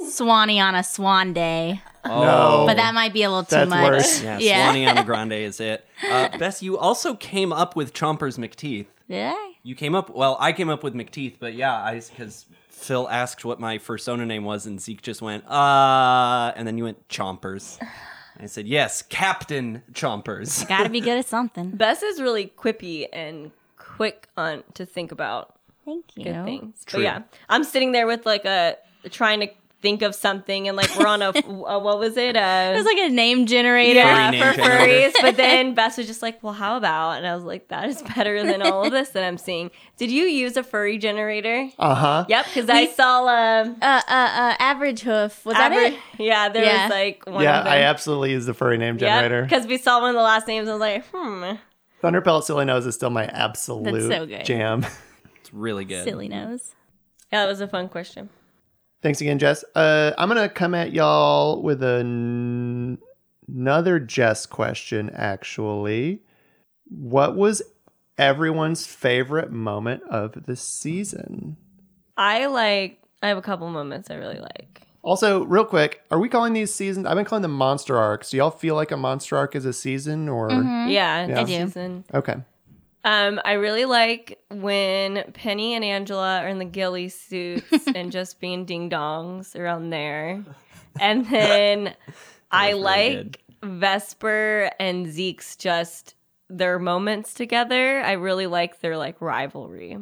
B: Swanee on a swan day,
C: Oh.
A: No,
B: but that might be a little too
A: That's
B: much.
A: worse.
C: Yeah,
B: Yeah.
C: Swanee on the Grande is it. Uh, Bess, you also came up with Chompers McTeeth.
B: Did I?
C: You came up, well, I came up with McTeeth, but yeah, I because Phil asked what my persona name was, and Zeke just went, uh, and then you went Chompers. I said, yes, Captain Chompers.
B: Gotta be good at something.
D: Bess is really quippy and quick on to think about.
B: Thank you.
D: good things.
C: True.
D: But yeah, I'm sitting there with like a trying to think of something, and like we're on a, a what was it?
B: It
D: A,
B: was like a name generator.
D: yeah,
C: Furry name
D: for
C: generator.
D: furries. But then Bess was just like, "Well, how about?" And I was like, "That is better than all of this that I'm seeing." Did you use a furry generator?
A: uh huh.
D: Yep, because I saw um,
B: Uh, uh, uh, average hoof. Was
D: Abra-
B: that it?
D: Yeah, there
B: Yeah.
D: was like one.
A: Yeah,
D: of them.
A: I absolutely use the furry name generator.
D: Because we saw one of the last names, I was like, "Hmm."
A: Thunder Pellet Silly Nose is still my absolute
B: so good.
A: jam.
C: It's really good.
B: Silly nose.
D: Yeah, that was a fun question.
A: Thanks again, Jess. Uh, I'm gonna come at y'all with a n- another Jess question, actually. What was everyone's favorite moment of the season?
D: I like. I have a couple moments I really like.
A: Also, real quick, are we calling these seasons? I've been calling them monster arcs. Do y'all feel like a monster arc is a season or?
D: Yeah,
A: Yeah. I
B: Mm-hmm. do.
D: Season.
A: Okay.
D: Um, I really like when Penny and Angela are in the ghillie suits and just being ding dongs around there. And then I
C: was really
D: like Vesper and Zeke's just their moments together. I really like their like rivalry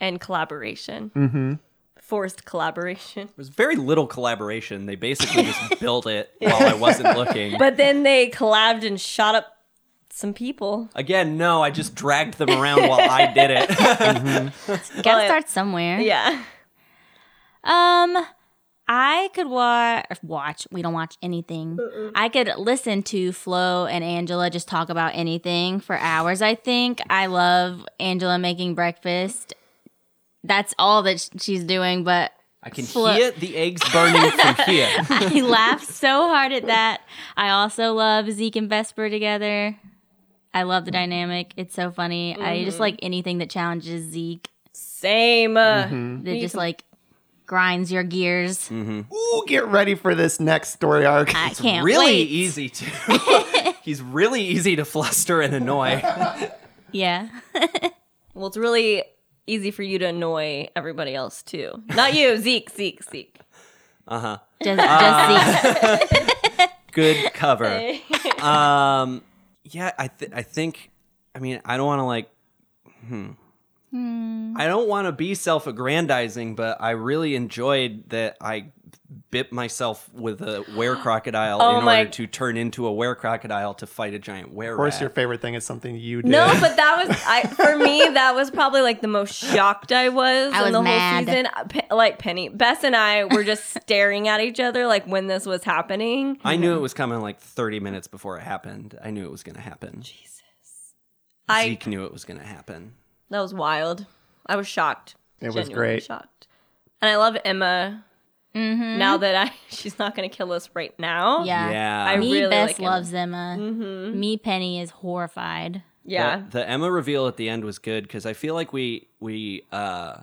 D: and collaboration,
A: Mm-hmm.
D: forced collaboration.
C: There was very little collaboration. They basically just built it while I wasn't looking.
D: But then they collabed and shot up some people.
C: Again, no, I just dragged them around while I did it.
B: Gotta
D: But-
B: start somewhere.
D: Yeah.
B: Um, I could wa- watch. We don't watch anything. I could listen to Flo and Angela just talk about anything for hours. I think I love Angela making breakfast. That's all that sh- she's doing, but
C: I can
B: Flo-
C: hear the eggs burning from here.
B: I laugh so hard at that. I also love Zeke and Vesper together. I love the dynamic. It's so funny. I just like anything that challenges Zeke.
D: Same. uh,
C: Mm-hmm.
B: That just like grinds your gears.
C: Mm.
A: Ooh, get ready for this next story arc.
B: I can't
C: really
B: wait.
C: easy to. He's really easy to fluster and annoy.
B: Yeah.
D: Well, it's really easy for you to annoy everybody else too. Not you, Zeke, Zeke, Zeke.
B: Just, just
D: Ah.
B: Zeke.
C: Good cover. Um, yeah, I th- I think. I mean, I don't want to like. Hmm. I don't want to be self-aggrandizing, but I really enjoyed that I bit myself with a were crocodile
D: Oh
C: in
D: my-
C: order to turn into a were crocodile to fight a giant were.
A: Of course, your favorite thing is something you did.
D: No, but that was I for me that was probably like the most shocked I was
B: I was
D: in the
B: mad.
D: whole season. Uh, Pe- like Penny, Bess and I were just staring at each other like when this was happening.
C: I knew it was coming like 30 minutes before it happened. I knew it was going to happen.
D: I
C: Zeke knew it was going to happen.
D: that was wild. I was shocked.
A: It was
D: Genuinely
A: great.
D: Shocked. And I love Emma.
B: Mhm.
D: Now that I she's not going to kill us right now.
B: Yeah.
C: Yeah.
D: I
B: Me
D: really
B: best
D: like Mm-hmm. Emma.
B: loves Emma. Me Penny is horrified.
D: Yeah.
C: The, the Emma reveal at the end was good because I feel like we we uh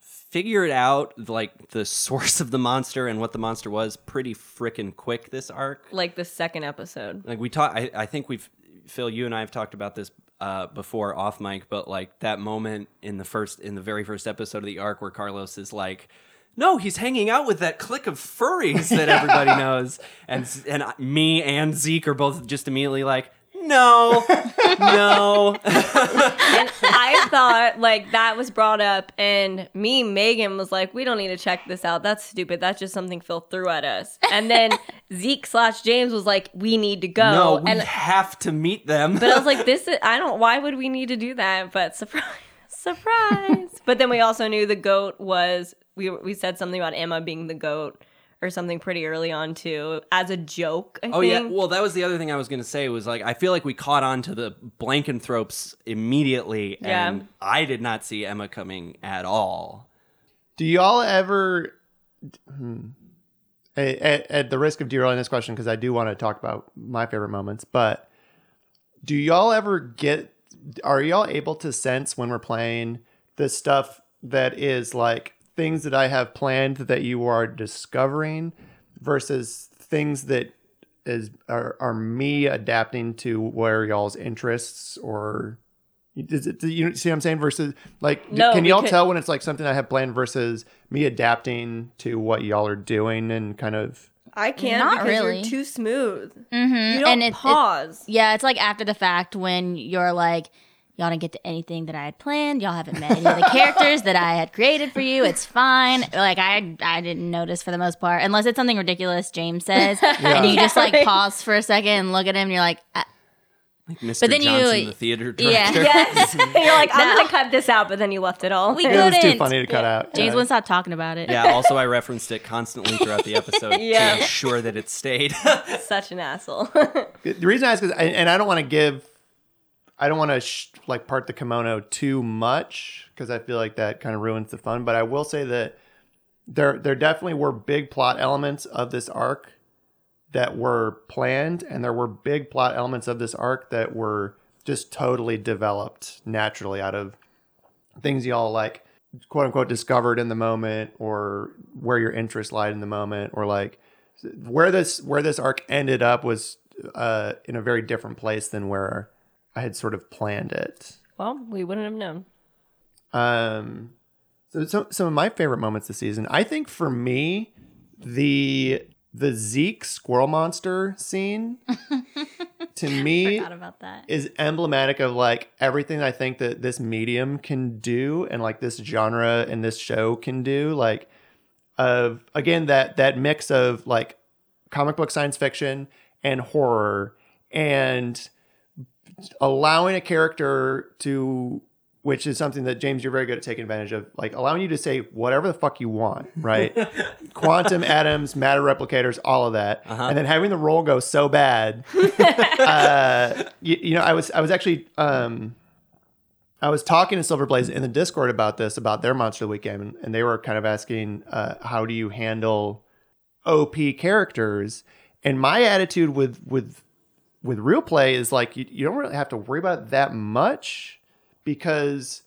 C: figured out like the source of the monster and what the monster was pretty freaking quick this arc.
D: Like the second episode.
C: Like we talked, I, I think we've Phil, you and I have talked about this uh, before off mic, but like that moment in the first, in the very first episode of the arc where Carlos is like, no, he's hanging out with that clique of furries that everybody knows, and and I- me and Zeke are both just immediately like, no, no,
D: and I thought like that was brought up, and me, Megan was like, "We don't need to check this out. That's stupid. That's just something Phil threw at us." And then Zeke slash James was like, "We need to go."
C: no, we
D: Oh, and
C: have to meet them.
D: but I was like, "This is I don't. Why would we need to do that?" But surprise, surprise. but then we also knew the goat was. We we said something about Emma being the goat or something pretty early on too, as a joke. I
C: Oh
D: think.
C: yeah. Well, that was the other thing I was gonna say was like I feel like we caught on to the Blankenthropes immediately,
D: Yeah.
C: and I did not see Emma coming at all.
A: Do y'all ever, hmm, at, at, at the risk of derailing this question, because I do want to talk about my favorite moments, but do y'all ever get, are y'all able to sense when we're playing the stuff that is like things that I have planned that you are discovering versus things that is are, are me adapting to where y'all's interests or does it, do you see what I'm saying? Versus like, d-
D: No,
A: can y'all
D: because-
A: tell when it's like something I have planned versus me adapting to what y'all are doing and kind of
D: I can't
B: Not
D: because
B: really.
D: you're too smooth.
B: Mm-hmm.
D: You don't
B: and it's, it's
D: pause.
B: yeah, it's like after the fact when you're like, y'all didn't get to anything that I had planned. Y'all haven't met any of the characters that I had created for you. It's fine. Like I I didn't notice for the most part, unless it's something ridiculous James says, and you just like
D: Right.
B: pause for a second and look at him, and you're like, "Ah,
C: Like Mr.
B: then you-
C: Johnson, the theater
B: yeah.
C: director.
D: Yes. You're like, I'm
B: No.
D: gonna cut this out, but then you left it all.
B: we
A: it was
B: couldn't.
A: too funny to cut out.
B: James
A: Yeah.
B: wouldn't stop talking about it.
C: Yeah, Also, I referenced it constantly throughout the episode
D: Yeah.
C: to ensure that it stayed.
D: Such an asshole.
A: The reason I ask is, and and I don't want to give, I don't want to sh- like part the kimono too much because I feel like that kind of ruins the fun. But I will say that there, there definitely were big plot elements of this arc that were planned and there were big plot elements of this arc that were just totally developed naturally out of things y'all like quote unquote discovered in the moment or where your interest lied in the moment or like where this where this arc ended up was uh in a very different place than where I had sort of planned it.
D: Well, we wouldn't have known.
A: Um, so, so some of my favorite moments this season, I think for me, the the Zeke squirrel monster scene to me
B: Forgot about that.
A: is emblematic of like everything I think that this medium can do and like this genre and this show can do like of again that that mix of like comic book science fiction and horror and allowing a character to which is something that James you're very good at taking advantage of like allowing you to say whatever the fuck you want right quantum atoms matter replicators all of that and then having the role go so bad uh, you, you know, I was I was actually um, I was talking to Silver Blaze in the Discord about this about their Monster of the Week game, and, and they were kind of asking uh, how do you handle OP characters, and my attitude with with with real play is like you, you don't really have to worry about it that much because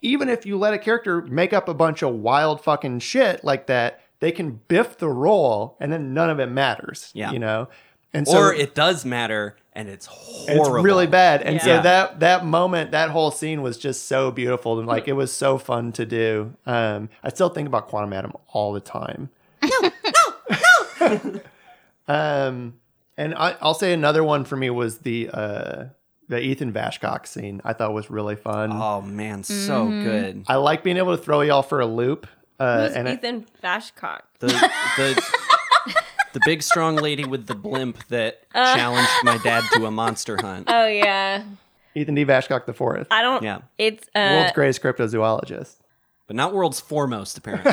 A: even if you let a character make up a bunch of wild fucking shit like that, they can biff the role and then none of it matters.
C: Yeah.
A: You know? And
C: or it does matter, and it's
A: and
C: horrible.
A: It's really bad. And
D: Yeah.
A: so that that moment, that whole scene was just so beautiful and like it was so fun to do. Um, I still think about Quantum Atom all the time. No, no, no. um, and I, I'll say another one for me was the uh, the Ethan Vashcock scene. I thought was really fun.
C: Oh man, so
D: Mm-hmm.
C: good.
A: I like being able to throw y'all for a loop. Uh,
D: Who's
A: and I-
D: Ethan Bashcock?
C: The the the big strong lady with the blimp that challenged my dad to a monster hunt.
D: Uh. Oh yeah,
A: Ethan D. Vashcock the fourth,
D: I don't.
C: Yeah.
D: it's uh,
A: world's greatest cryptozoologist.
C: but not world's foremost apparently.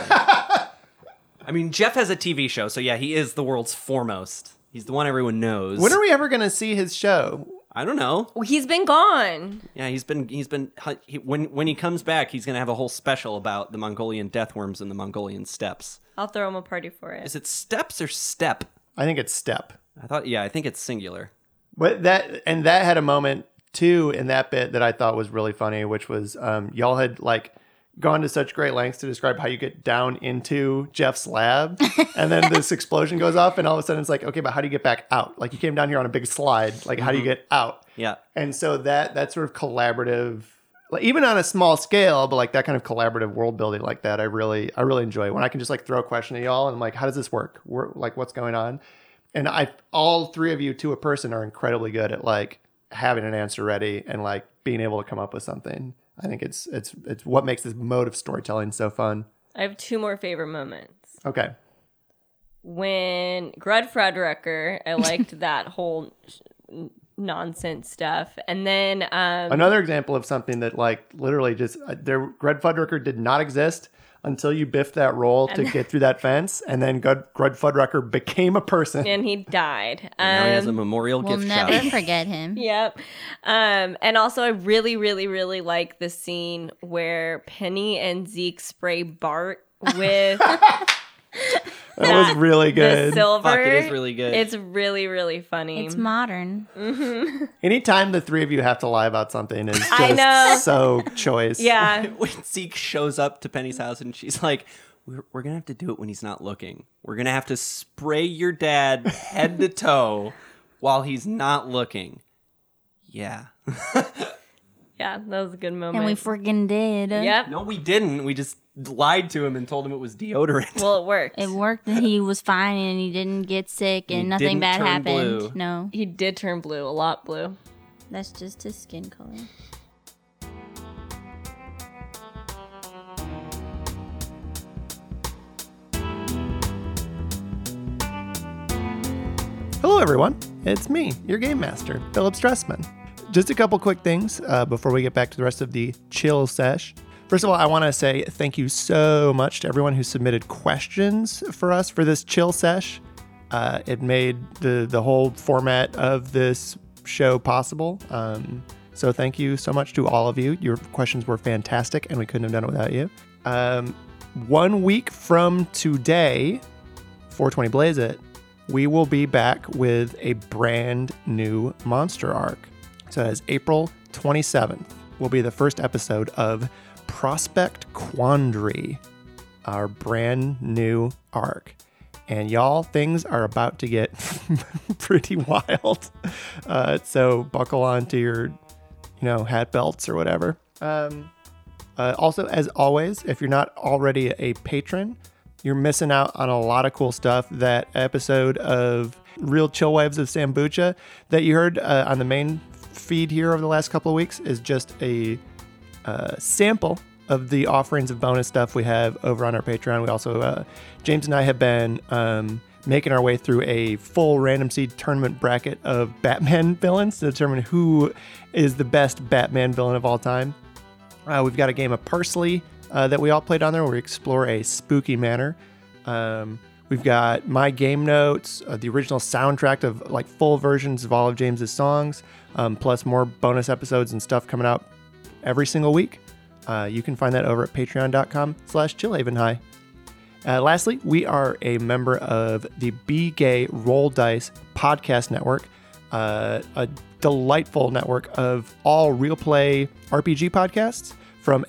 C: I mean, Jeff has a TV show, so yeah, he is the world's foremost. He's the one everyone knows.
A: When are we ever going to see his show?
C: I don't know.
D: he's been gone.
C: Yeah, he's been he's been he, when when he comes back, he's gonna have a whole special about the Mongolian death worms and the Mongolian steppes.
D: I'll throw him a party for it.
C: Is it steps or step?
A: I think it's Step.
C: I thought yeah, I think it's singular.
A: But that and that had a moment too in that bit that I thought was really funny, which was um, y'all had like gone to such great lengths to describe how you get down into Jeff's lab, and then this explosion goes off, and all of a sudden it's like, okay, but how do you get back out? Like you came down here on a big slide, like how do you get out?
C: Yeah.
A: And so that that sort of collaborative, like even on a small scale, but like that kind of collaborative world building like that, I really I really enjoy when I can just like throw a question at y'all and I'm like, how does this work? Where, like what's going on? And I all three of you to a person are incredibly good at like having an answer ready and like being able to come up with something. I think it's it's it's what makes this mode of storytelling so fun.
D: I have two more favorite moments.
A: Okay.
D: When Grud Fredericker, I liked that whole sh- nonsense stuff, and then um,
A: Another example of something that like literally just uh, there Greg Fuddrucker did not exist until you biffed that roll to get through that fence, and then Greg, Greg Fuddrucker became a person.
D: and he died.
C: And now he has a
D: Um,
C: memorial
B: We'll
C: gift
B: never
C: shop.
B: forget him.
D: Yep. Um, and also, I really, really, really like the scene where Penny and Zeke spray Bart with
A: That was really
D: the
A: good.
D: silver.
C: Fuck, it is really good.
D: It's really, really funny.
B: It's modern.
A: Anytime the three of you have to lie about something is just
D: I know.
A: so choice.
D: yeah.
C: when Zeke shows up to Penny's house and she's like, we're, we're gonna have to do it when he's not looking. We're gonna have to spray your dad head to toe while he's not looking. Yeah.
D: Yeah. That was a good moment.
B: And we freaking did.
D: yep.
C: No, we didn't. We just lied to him and told him it was deodorant.
D: Well, it worked.
B: It worked and he was fine and he didn't get sick and
C: He
B: nothing
C: didn't
B: bad
C: turn
B: happened.
C: blue.
B: No.
D: he did turn blue, a lot blue.
B: That's just his skin color.
A: Hello, everyone. It's me, your game master, Philip Stressman. Just a couple quick things uh, before we get back to the rest of the chill sesh. First of all, I want to say thank you so much to everyone who submitted questions for us for this chill sesh. Uh, it made the, the whole format of this show possible. Um, so thank you so much to all of you. Your questions were fantastic, and we couldn't have done it without you. Um, one week from today, 420 Blaze It, we will be back with a brand new monster arc. So as April 27th will be the first episode of Prospect Quandary, our brand new arc. And y'all, things are about to get pretty wild. Uh, so buckle on to your, you know, hat belts or whatever. Um, uh, also, as always, if you're not already a patron, you're missing out on a lot of cool stuff. That episode of Real Chill Waves of Sambucha that you heard uh, on the main feed here over the last couple of weeks is just a uh, sample of the offerings of bonus stuff we have over on our Patreon. We also, uh, James and I have been um, making our way through a full random seed tournament bracket of Batman villains to determine who is the best Batman villain of all time. Uh, we've got a game of Parsley uh, that we all played on there where we explore a spooky manor. Um, we've got my game notes, uh, the original soundtrack of like full versions of all of James's songs, um, plus more bonus episodes and stuff coming out every single week. Uh, you can find that over at patreon.com slash chillhavenhigh. Uh, lastly, we are a member of the Be Gay Roll Dice podcast network, uh, a delightful network of all real play RPG podcasts from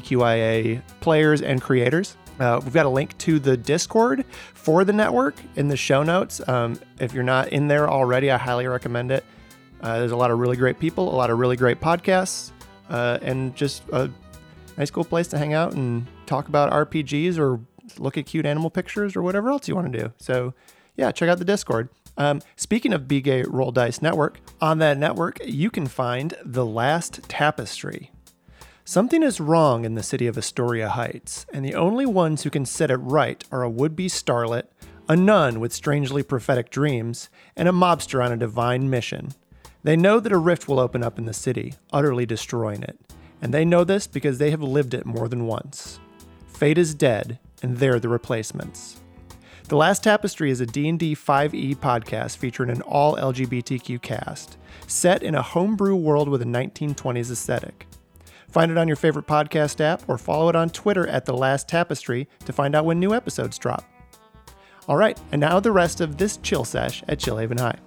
A: LGBTQIA players and creators. Uh, we've got a link to the Discord for the network in the show notes. Um, if you're not in there already, I highly recommend it. Uh, there's a lot of really great people, a lot of really great podcasts, uh, and just a nice, cool place to hang out and talk about RPGs or look at cute animal pictures or whatever else you want to do. So, yeah, check out the Discord. Um, speaking of BG Roll Dice Network, on that network, you can find The Last Tapestry. Something is wrong in the city of Astoria Heights, and the only ones who can set it right are a would be starlet, a nun with strangely prophetic dreams, and a mobster on a divine mission. They know that a rift will open up in the city, utterly destroying it, and they know this because they have lived it more than once. Fate is dead, and they're the replacements. The Last Tapestry is a D&D 5e E podcast featuring an all LGBTQ cast, set in a homebrew world with a 1920s aesthetic. Find it on your favorite podcast app or follow it on Twitter at The Last Tapestry to find out when new episodes drop. All right, and now the rest of this chill sesh at Chillhaven High.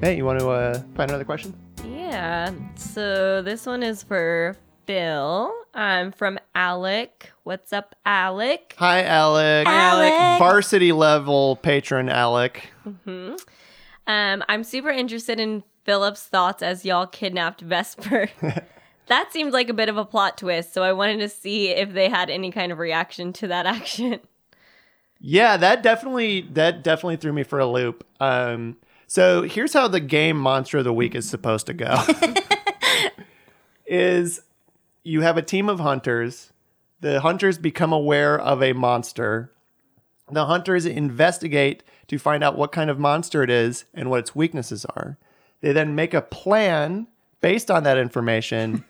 A: Hey, you want to uh, find another question?
D: Yeah. So this one is for Bill. I'm from Alec. What's up, Alec?
A: Hi, Alec.
B: Alec.
A: Varsity level patron, Alec.
D: Um, I'm super interested in Philip's thoughts as y'all kidnapped Vesper. that seemed like a bit of a plot twist, so I wanted to see if they had any kind of reaction to that action.
A: Yeah, that definitely that definitely threw me for a loop. Um, so here's how the game Monster of the Week is supposed to go: is you have a team of hunters. The hunters become aware of a monster. The hunters investigate to find out what kind of monster it is and what its weaknesses are. They then make a plan based on that information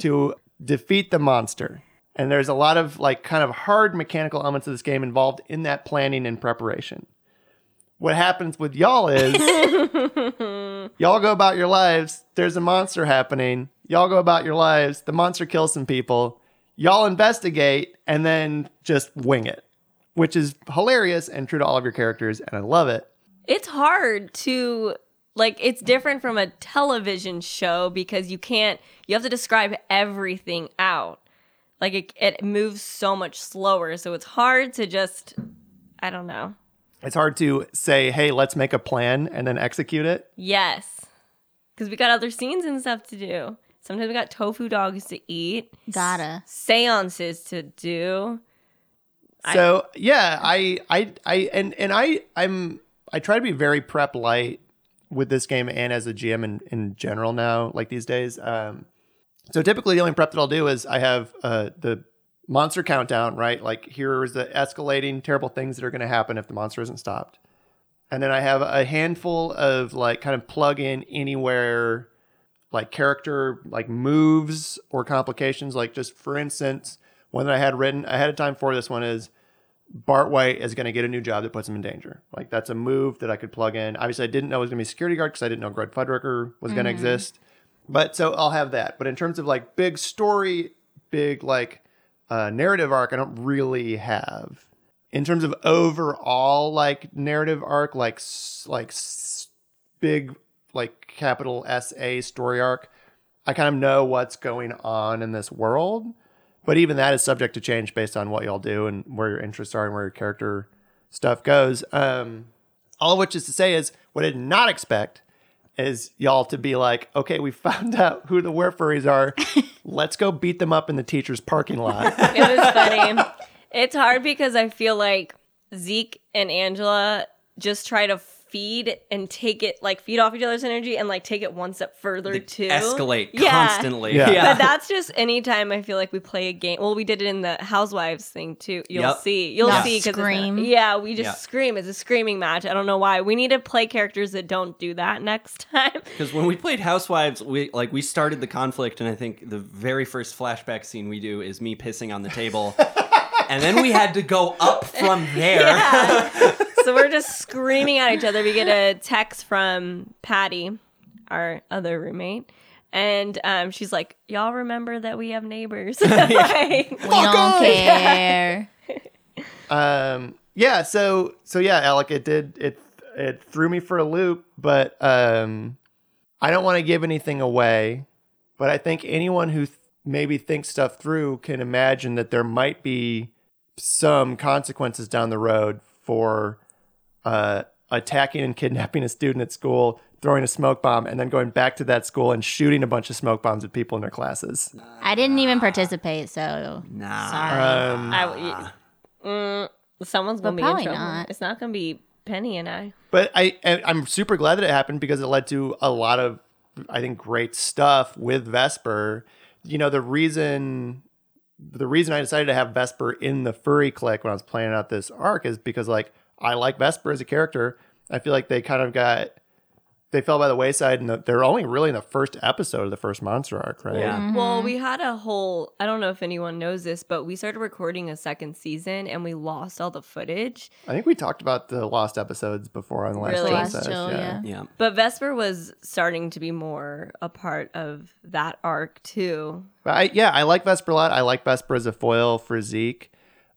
A: to defeat the monster. And there's a lot of like kind of hard mechanical elements of this game involved in that planning and preparation. What happens with y'all is y'all go about your lives, there's a monster happening. Y'all go about your lives, the monster kills some people. Y'all investigate and then just wing it, which is hilarious and true to all of your characters and I love it.
D: It's hard to like it's different from a television show because you can't you have to describe everything out. Like it, it moves so much slower, so it's hard to just I don't know.
A: It's hard to say, "Hey, let's make a plan" and then execute it.
D: Yes. Cuz we got other scenes and stuff to do. Sometimes we got tofu dogs to eat,
B: Gotta.
D: seances to do.
A: so yeah i i i and and i i'm i try to be very prep light with this game and as a gm in, in general now like these days um so typically the only prep that i'll do is i have uh the monster countdown right like here's the escalating terrible things that are going to happen if the monster isn't stopped and then i have a handful of like kind of plug in anywhere like character like moves or complications like just for instance one that i had written ahead of time for this one is Bart White is going to get a new job that puts him in danger. Like that's a move that I could plug in. Obviously, I didn't know it was going to be security guard because I didn't know Greg Fuddrucker was going to exist. But so I'll have that. But in terms of like big story, big like uh, narrative arc, I don't really have. In terms of overall like narrative arc, like s- like s- big like capital S A story arc, I kind of know what's going on in this world. But even that is subject to change based on what y'all do and where your interests are and where your character stuff goes. Um, all of which is to say is what I did not expect is y'all to be like, okay, we found out who the werefurries are. Let's go beat them up in the teacher's parking lot.
D: It was funny. it's hard because I feel like Zeke and Angela just try to feed and take it, like feed off each other's energy and like take it one step further
C: They
D: too.
C: escalate
D: Yeah.
C: constantly.
A: Yeah.
D: But that's just anytime I feel like we play a game. Well, we did it in the Housewives thing too. You'll
C: Yep.
D: see. You'll
B: Yeah.
D: see. 'cause it's not-
B: Scream.
D: yeah, we just
C: Yeah.
D: scream. It's a screaming match. I don't know why. We need to play characters that don't do that next time.
C: Because when we played Housewives, we like we started the conflict, and I think the very first flashback scene we do is me pissing on the table, and then we had to go up from there.
D: Yeah. so we're just screaming at each other. We get a text from Patty, our other roommate, and um, she's like, "Y'all remember that we have neighbors." Like,
B: We don't care.
A: um, yeah. So so yeah, Alec, it did it it threw me for a loop, but um, I don't want to give anything away. But I think anyone who th- maybe thinks stuff through can imagine that there might be some consequences down the road for uh, attacking and kidnapping a student at school, throwing a smoke bomb, and then going back to that school and shooting a bunch of smoke bombs at people in their classes.
B: I didn't even participate, so
C: Nah.
B: sorry.
A: Um,
D: I, y- mm, someone's gonna
B: But
D: be in
B: probably
D: trouble.
B: not.
D: It's not gonna be Penny and I.
A: But I, I- I'm super glad that it happened because it led to a lot of, I think, great stuff with Vesper. You know, the reason, the reason I decided to have Vesper in the furry clique when I was planning out this arc is because like I like Vesper as a character. I feel like they kind of got, they fell by the wayside, and the, they're only really in the first episode of the first monster arc, right?
C: Yeah.
B: Mm-hmm.
D: Well, we had a whole, I don't know if anyone knows this, but we started recording a second season and we lost all the footage.
A: I think we talked about the lost episodes before on the last
D: Really?
A: Chill
B: Last
A: Says,
B: Chill, yeah.
C: Yeah.
D: But Vesper was starting to be more a part of that arc too.
A: But I, yeah, I like Vesper a lot. I like Vesper as a foil for Zeke,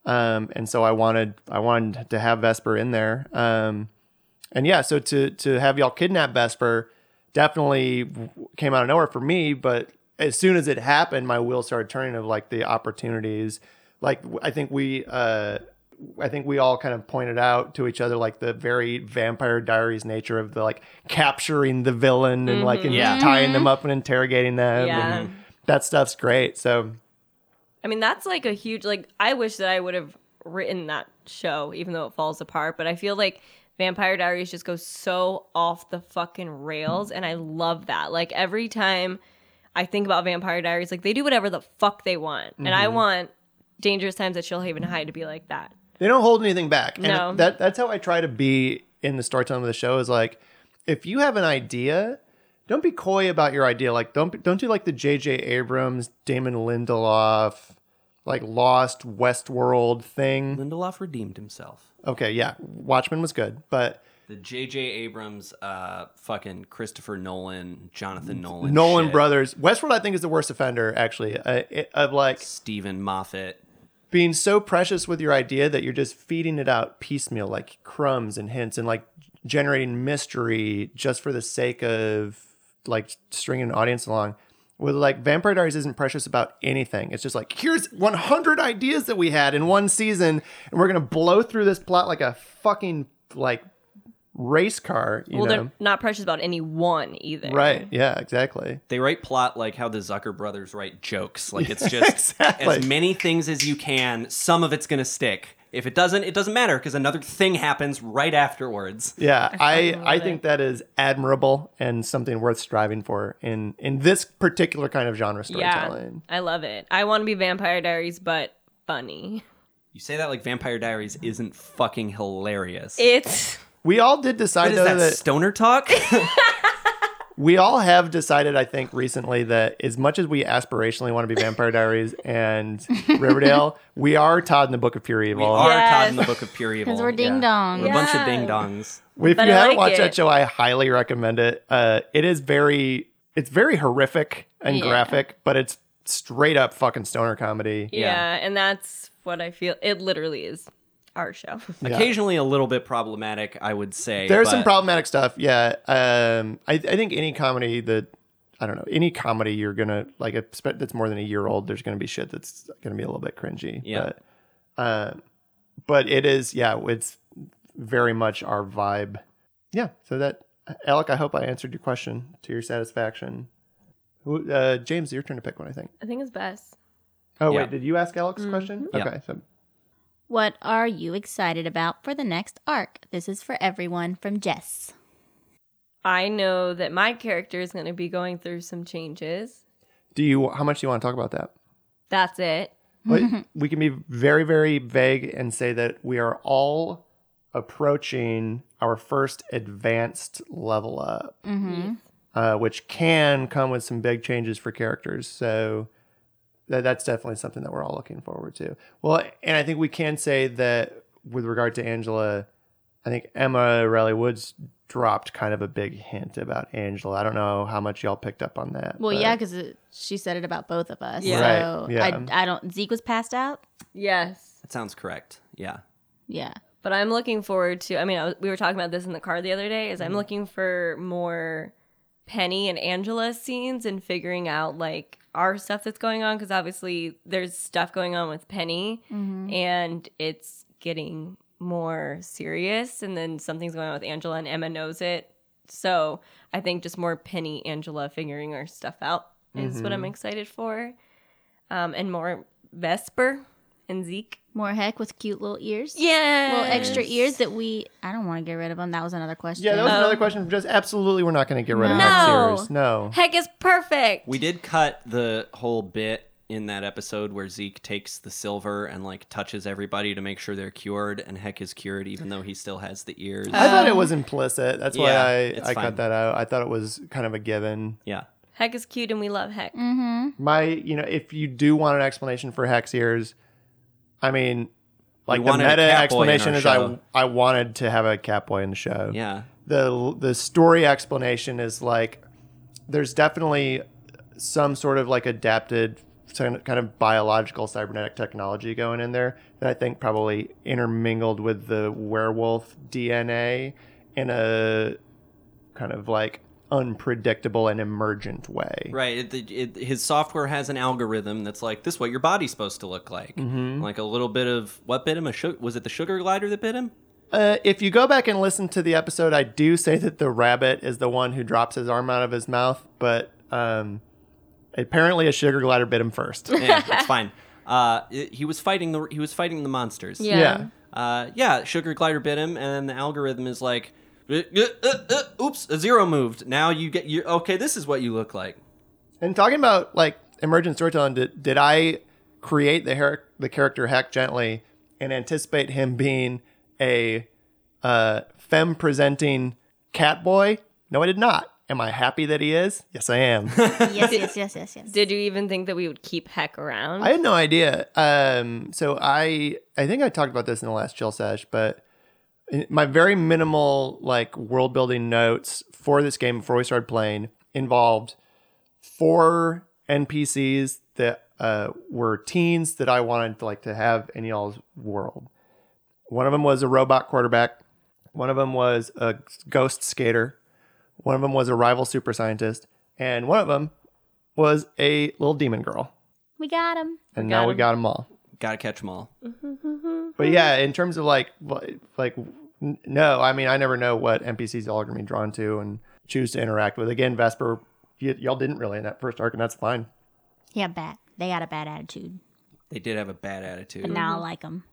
A: um, and so I wanted I wanted to have Vesper in there. Um, and yeah, so to to have y'all kidnap Vesper definitely w- came out of nowhere for me. But as soon as it happened, my wheel started turning of like the opportunities. Like w- I think we uh, I think we all kind of pointed out to each other like the very Vampire Diaries nature of the like capturing the villain and like and
C: Yeah.
A: tying them up and interrogating them.
D: Yeah.
A: and that stuff's great. So
D: I mean, that's like a huge, like, I wish that I would have written that show, even though it falls apart. But I feel like Vampire Diaries just goes so off the fucking rails. And I love that. Like, every time I think about Vampire Diaries, like, they do whatever the fuck they want. And
A: Mm-hmm.
D: I want Dangerous Times at Shoalhaven High to be like that.
A: they don't hold anything back. And
D: No.
A: that that's how I try to be in the storytelling of the show is like if you have an idea, don't be coy about your idea. Like don't don't do like the JJ Abrams, Damon Lindelof, like Lost Westworld thing.
C: Lindelof redeemed himself.
A: Okay, yeah. Watchmen was good, but
C: The J.J. Abrams, uh, fucking Christopher Nolan, Jonathan Nolan,
A: Nolan
C: shit,
A: Brothers, Westworld I think is the worst offender actually. Uh, it, of like
C: Stephen Moffat.
A: being so precious with your idea that you're just feeding it out piecemeal like crumbs and hints and like generating mystery just for the sake of like stringing an audience along with like vampire diaries isn't precious about anything it's just like here's 100 ideas that we had in one season and we're gonna blow through this plot like a fucking like race car you
D: Well,
A: know
D: they're not precious about any one either.
A: right yeah exactly
C: They write plot like how the Zucker brothers write jokes. Like it's just
A: Exactly.
C: as many things as you can. Some of it's gonna stick. If it doesn't, it doesn't matter because another thing happens right afterwards.
A: Yeah, I
D: love
A: I, think that is admirable and something worth striving for in in this particular kind of genre
D: Yeah.
A: storytelling.
D: I love it. I want to be Vampire Diaries, but funny.
C: You say that like Vampire Diaries isn't fucking hilarious.
D: It's.
A: We all did decide
C: what is
A: though
C: that,
A: that
C: stoner talk?
A: we all have decided, I think, recently that as much as we aspirationally want to be Vampire Diaries and Riverdale, we are Todd in the Book of Pure
C: We
A: Evil.
C: are Todd in the
D: Yes.
C: Book of Pure Evil.
B: because we're ding
A: yeah.
B: dong.
C: We're a bunch of
D: Yeah.
C: ding dongs.
A: If
D: But
A: you
D: I
A: haven't
D: like
A: watched that
D: it.
A: show, I highly recommend it. Uh, it is very, it's very horrific and
B: Yeah.
A: graphic, but it's straight up fucking stoner comedy.
D: Yeah.
C: Yeah.
D: and that's what I feel. It literally is our show.
A: Yeah.
C: Occasionally a little bit problematic, I would say.
A: There's some
C: but-
A: problematic stuff. Yeah. Um, I, I think any comedy that, I don't know, any comedy you're going to, like, a, spe- that's more than a year old, there's going to be shit that's going to be a little bit cringy.
C: Yeah.
A: But, uh, but it is, yeah, it's very much our vibe. Yeah. So that, Alec, I hope I answered your question to your satisfaction. Who- Uh, James, your turn to pick one, I think.
D: I think it's best.
A: Oh,
C: Yeah.
A: wait. Did you ask Alec's question?
C: Yeah.
A: Okay. So
B: What are you excited about for the next arc? This is for everyone from Jess.
D: I know that my character is going to be going through some changes.
A: do you, how much do you want to talk about that?
D: That's it.
A: But we can be very, very vague and say that we are all approaching our first advanced level up,
B: Mm-hmm.
A: uh, which can come with some big changes for characters. So that, that's definitely something that we're all looking forward to. Well, and I think we can say that with regard to Angela, I think Emma Riley Woods dropped kind of a big hint about Angela. I don't know how much y'all picked up on that.
B: Well,
A: but-
B: yeah, 'cause yeah, because she said it about both of us.
D: Yeah.
A: Right,
B: So
A: yeah.
B: I, I don't. Zeke was passed out.
D: Yes.
C: That sounds correct. Yeah.
B: Yeah.
D: But I'm looking forward to. I mean, I was, we were talking about this in the car the other day. Is I'm looking for more Penny and Angela scenes and figuring out like our stuff that's going on because obviously there's stuff going on with Penny and it's getting more serious. And then something's going on with Angela and Emma knows it. So I think just more Penny Angela figuring our stuff out is what I'm excited for, um, and more Vesper and Zeke.
B: More heck with cute little ears.
D: Yeah,
B: Little extra ears that we. I don't want to get rid of them. That was another question.
A: Yeah, that was
D: Um,
A: another question from just absolutely we're not going to get rid of
B: No.
A: that series. No.
D: Heck is perfect.
C: We did cut the whole bit in that episode where Zeke takes the silver and like touches everybody to make sure they're cured and Heck is cured even though he still has the ears.
A: I thought it was implicit. That's why
C: Um, Yeah,
A: I,
C: it's
A: I
C: fine.
A: cut that out. I thought it was kind of a given.
C: yeah.
D: Heck is cute, and we love Heck.
B: Mm-hmm.
A: My, you know, if you do want an explanation for Hex ears, I mean, like the
C: wanted a
A: meta
C: Catboy in
A: explanation
C: our
A: is
C: show.
A: I I wanted to have a Catboy in the show.
C: Yeah.
A: The the story explanation is like there's definitely some sort of like adapted sort- kind of biological cybernetic technology going in there that I think probably intermingled with the werewolf DNA in a kind of like unpredictable and emergent way.
C: Right. It, it, it- his software has an algorithm that's like this: is what your body's supposed to look like.
A: Mm-hmm.
C: Like a little bit of what bit him? A su- was it the sugar glider that bit him?
A: Uh, if you go back and listen to the episode, I do say that the rabbit is the one who drops his arm out of his mouth, but um, apparently a sugar glider bit him first.
C: Yeah, it's fine. Uh, it- he was fighting the he was fighting the monsters.
D: Yeah.
A: yeah.
C: Uh, yeah. Sugar glider bit him, and the algorithm is like, "Uh, uh, uh, uh, oops, a zero moved. Now you get you okay. This is what you look like.
A: And talking about like emergent storytelling, did, did I create the her- the character Hack Gently and anticipate him being a uh, femme presenting cat boy? No, I did not. Am I happy that he is? Yes, I am.
B: yes, yes, yes, yes, yes.
D: Did you even think that we would keep Heck around?
A: I had no idea. Um, so I I think I talked about this in the last chill sesh, but in- my very minimal like world building notes for this game before we started playing involved four NPCs that uh, were teens that I wanted to, like to have in y'all's world. One of them was a robot quarterback. One of them was a ghost skater. One of them was a rival super scientist, and one of them was a little demon girl
B: We got him.
A: and
D: We
A: now
D: got
A: we
D: 'em.
A: got them all.
C: Gotta catch them all.
A: But yeah, in terms of like li- like n- no, I mean I never know what NPCs y'all are gonna be drawn to and choose to interact with. Again, Vesper, y- y'all didn't really in that first arc, and that's fine.
B: Yeah, bad. They got a bad attitude,
C: They did have a bad attitude.
B: but now I like them.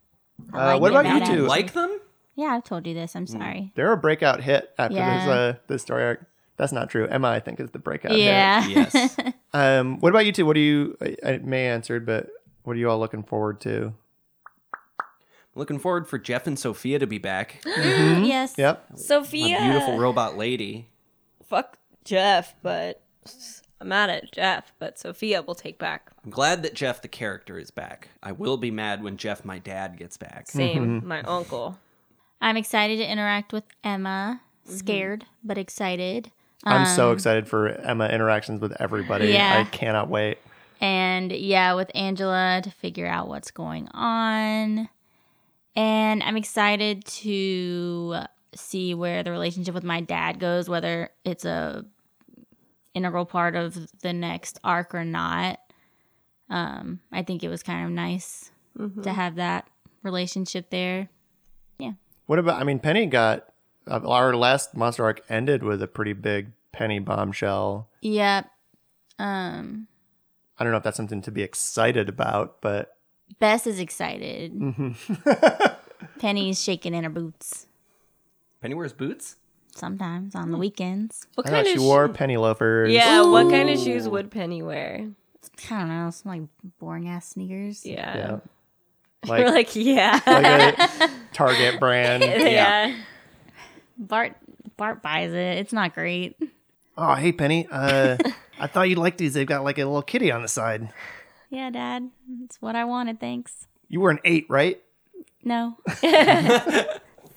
A: Uh, what about you
C: you
A: two? Mm.
C: like them?
B: Yeah, I've told you this. I'm sorry.
A: They're a breakout hit after
B: Yeah.
A: this uh, this story arc. That's not true. Emma, I think, is the breakout. Hit.
B: Yeah.
C: Yes.
A: Um, what about you two? What do you? I, I may answered, but what are you all looking forward to?
C: Looking forward for Jeff and Sophia to be back.
B: yes.
A: Yep.
D: Sophia.
C: A beautiful robot lady.
D: Fuck Jeff, but I'm mad at Jeff, but Sophia will take back.
C: I'm glad that Jeff the character is back. I will be mad when Jeff my dad gets back.
D: Same, my uncle.
B: I'm excited to interact with Emma. Scared, but excited.
A: I'm so excited for Emma interactions with everybody.
B: Um, Yeah.
A: I cannot wait.
B: And yeah, with Angela to figure out what's going on. And I'm excited to see where the relationship with my dad goes, whether it's a integral part of the next arc or not. Um, I think it was kind of nice to have that relationship there.
A: What about? I mean, Penny got uh, our last monster arc ended with a pretty big Penny bombshell.
B: Yep. Um,
A: I don't know if that's something to be excited about, but
B: Bess is excited. Penny's shaking in her boots
C: Penny wears boots?
B: sometimes on the weekends.
D: What
A: I thought she
D: of
A: wore
D: sho-
A: penny loafers.
D: Yeah, what kind of shoes would Penny wear?
B: I don't know, some like boring ass sneakers.
D: Yeah.
A: Yeah.
D: We're
A: Like,
D: like, yeah.
A: like a Target brand.
D: yeah.
B: Bart Bart buys it. It's not great.
A: Oh, hey, Penny. Uh, I thought you liked these. They've got like a little kitty on the side.
B: Yeah, Dad. It's what I wanted, thanks.
A: You were an eight, right?
B: No.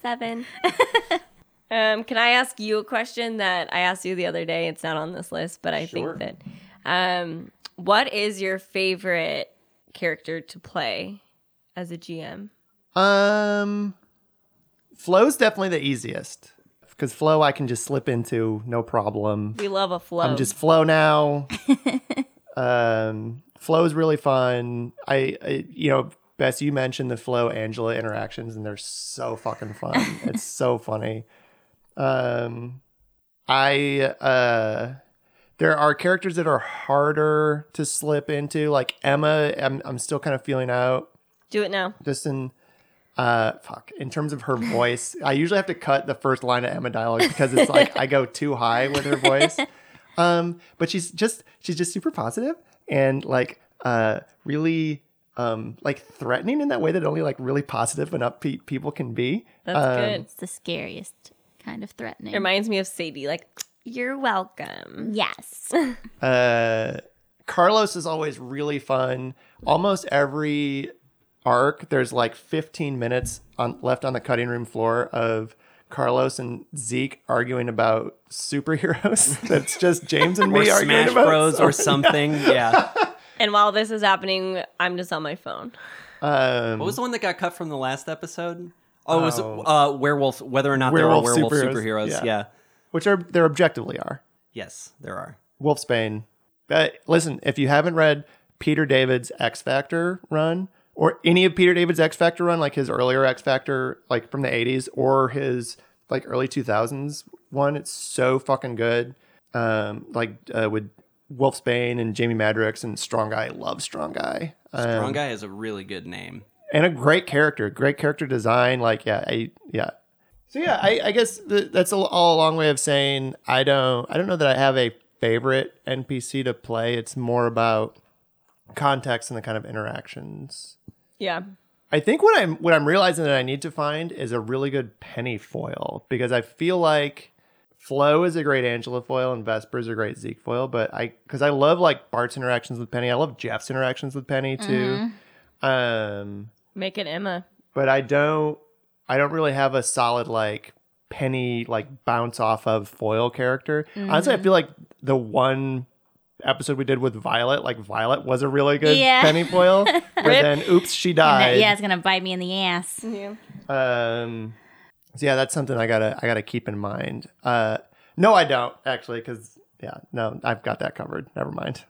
D: Seven. um, can I ask you a question that I asked you the other day? It's not on this list, but I
A: Sure.
D: think that. Um, what is your favorite character to play as a GM?
A: Um, Flo's definitely the easiest because Flo I can just slip into no problem.
D: We love a flow.
A: I'm just Flo now. um, Flo's really fun. I, I, you know, Bess, you mentioned the Flo Angela interactions, and they're so fucking fun. it's so funny. Um, I, uh, there are characters that are harder to slip into, like Emma. I'm, I'm still kind of feeling out
D: do it now.
A: just in uh fuck in terms of her voice i usually have to cut the first line of emma dialogue because it's like i go too high with her voice um but she's just she's just super positive and like uh really um like threatening in that way that only like really positive and upbeat people can be
D: That's
A: Um,
D: good.
B: it's the scariest kind of threatening.
D: It reminds me of Sadie. Like, you're welcome.
B: yes.
A: uh, Carlos is always really fun. Almost every arc, there's like 15 minutes on, left on the cutting room floor of Carlos and Zeke arguing about superheroes. That's just James and
C: Or
A: me arguing
C: Smash
A: about
C: Bros or
A: something.
C: something. Yeah.
D: And while this is happening, I'm just on my phone.
A: Um,
C: What was the one that got cut from the last episode? Oh, it was
A: Oh.
C: uh, werewolf. Whether or not there are
A: Werewolf
C: werewolf
A: superheroes,
C: superheroes.
A: yeah.
C: Yeah.
A: which are there objectively are
C: Yes, there are.
A: Wolfsbane. Uh, listen, if you haven't read Peter David's X Factor run or any of Peter David's X Factor run, like his earlier X Factor, like from the 80s or his like early 2000s one, it's so fucking good. Um, like uh, with Wolfsbane and Jamie Madrox and Strong Guy. I love Strong Guy. Um,
C: Strong guy is a really good name.
A: and a great character, great character design. Like, yeah, I, yeah. So yeah, I, I guess th- that's all- all a long way of saying I don't, I don't know that I have a favorite NPC to play. It's more about context and the kind of interactions.
D: Yeah.
A: I think what I'm, what I'm realizing that I need to find is a really good penny foil because I feel like Flo is a great Angela foil and Vesper is a great Zeke foil, but I, because I love like Bart's interactions with Penny. I love Jeff's interactions with Penny too. Um
D: Make it Emma.
A: but I don't I don't really have a solid like penny like bounce off of foil character. Honestly, I feel like the one episode we did with Violet, like Violet was a really good
B: Yeah.
A: penny foil. but then oops, she died.
B: yeah, it's gonna bite me in the ass.
D: Yeah.
A: Um so yeah, that's something I gotta I gotta keep in mind. Uh no I don't actually because yeah, no, I've got that covered. Never mind.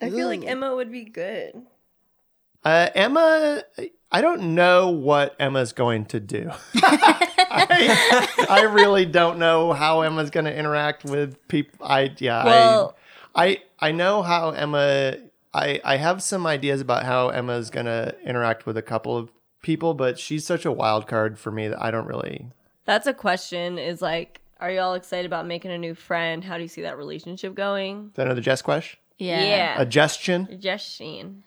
D: I feel like Emma would be good.
A: Uh, Emma, I don't know what Emma's going to do. I, I really don't know how Emma's going to interact with people. I yeah,
D: Well-
A: I, I I know how Emma. I I have some ideas about how Emma's going to interact with a couple of people, but she's such a wild card for me that I don't really.
D: That's a question is like, are you all excited about making a new friend? How do you see that relationship going?
A: Is that another Jess question?
B: Yeah.
A: A gestion.
D: Just Sheen.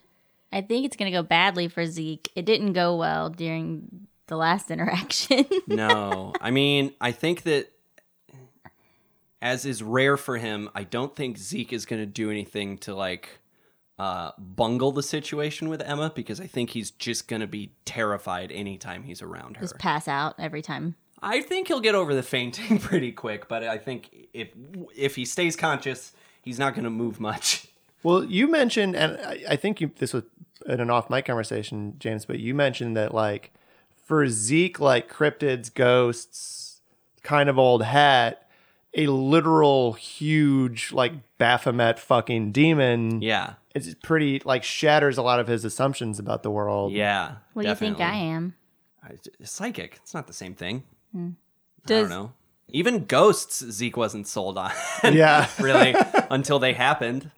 B: I think it's gonna go badly for Zeke. It didn't go well during the last interaction.
C: No, I mean, I think that as is rare for him, I don't think Zeke is going to do anything to like uh, bungle the situation with Emma because I think he's just going to be terrified anytime he's around her.
B: Just pass out every time.
C: I think he'll get over the fainting pretty quick, but I think if if he stays conscious, he's not going to move much.
A: Well, you mentioned, and I, I think you, this was in an off mic conversation, James, but you mentioned that like for Zeke, like cryptids, ghosts, kind of old hat, a literal huge like Baphomet fucking demon.
C: Yeah.
A: It's pretty like shatters a lot of his assumptions about the world.
C: Yeah.
B: What do you think I am? Hmm.
C: Psychic. It's not the same thing. I don't
D: Does-
C: know. Even ghosts, Zeke wasn't sold on.
A: Yeah.
C: really, until they happened.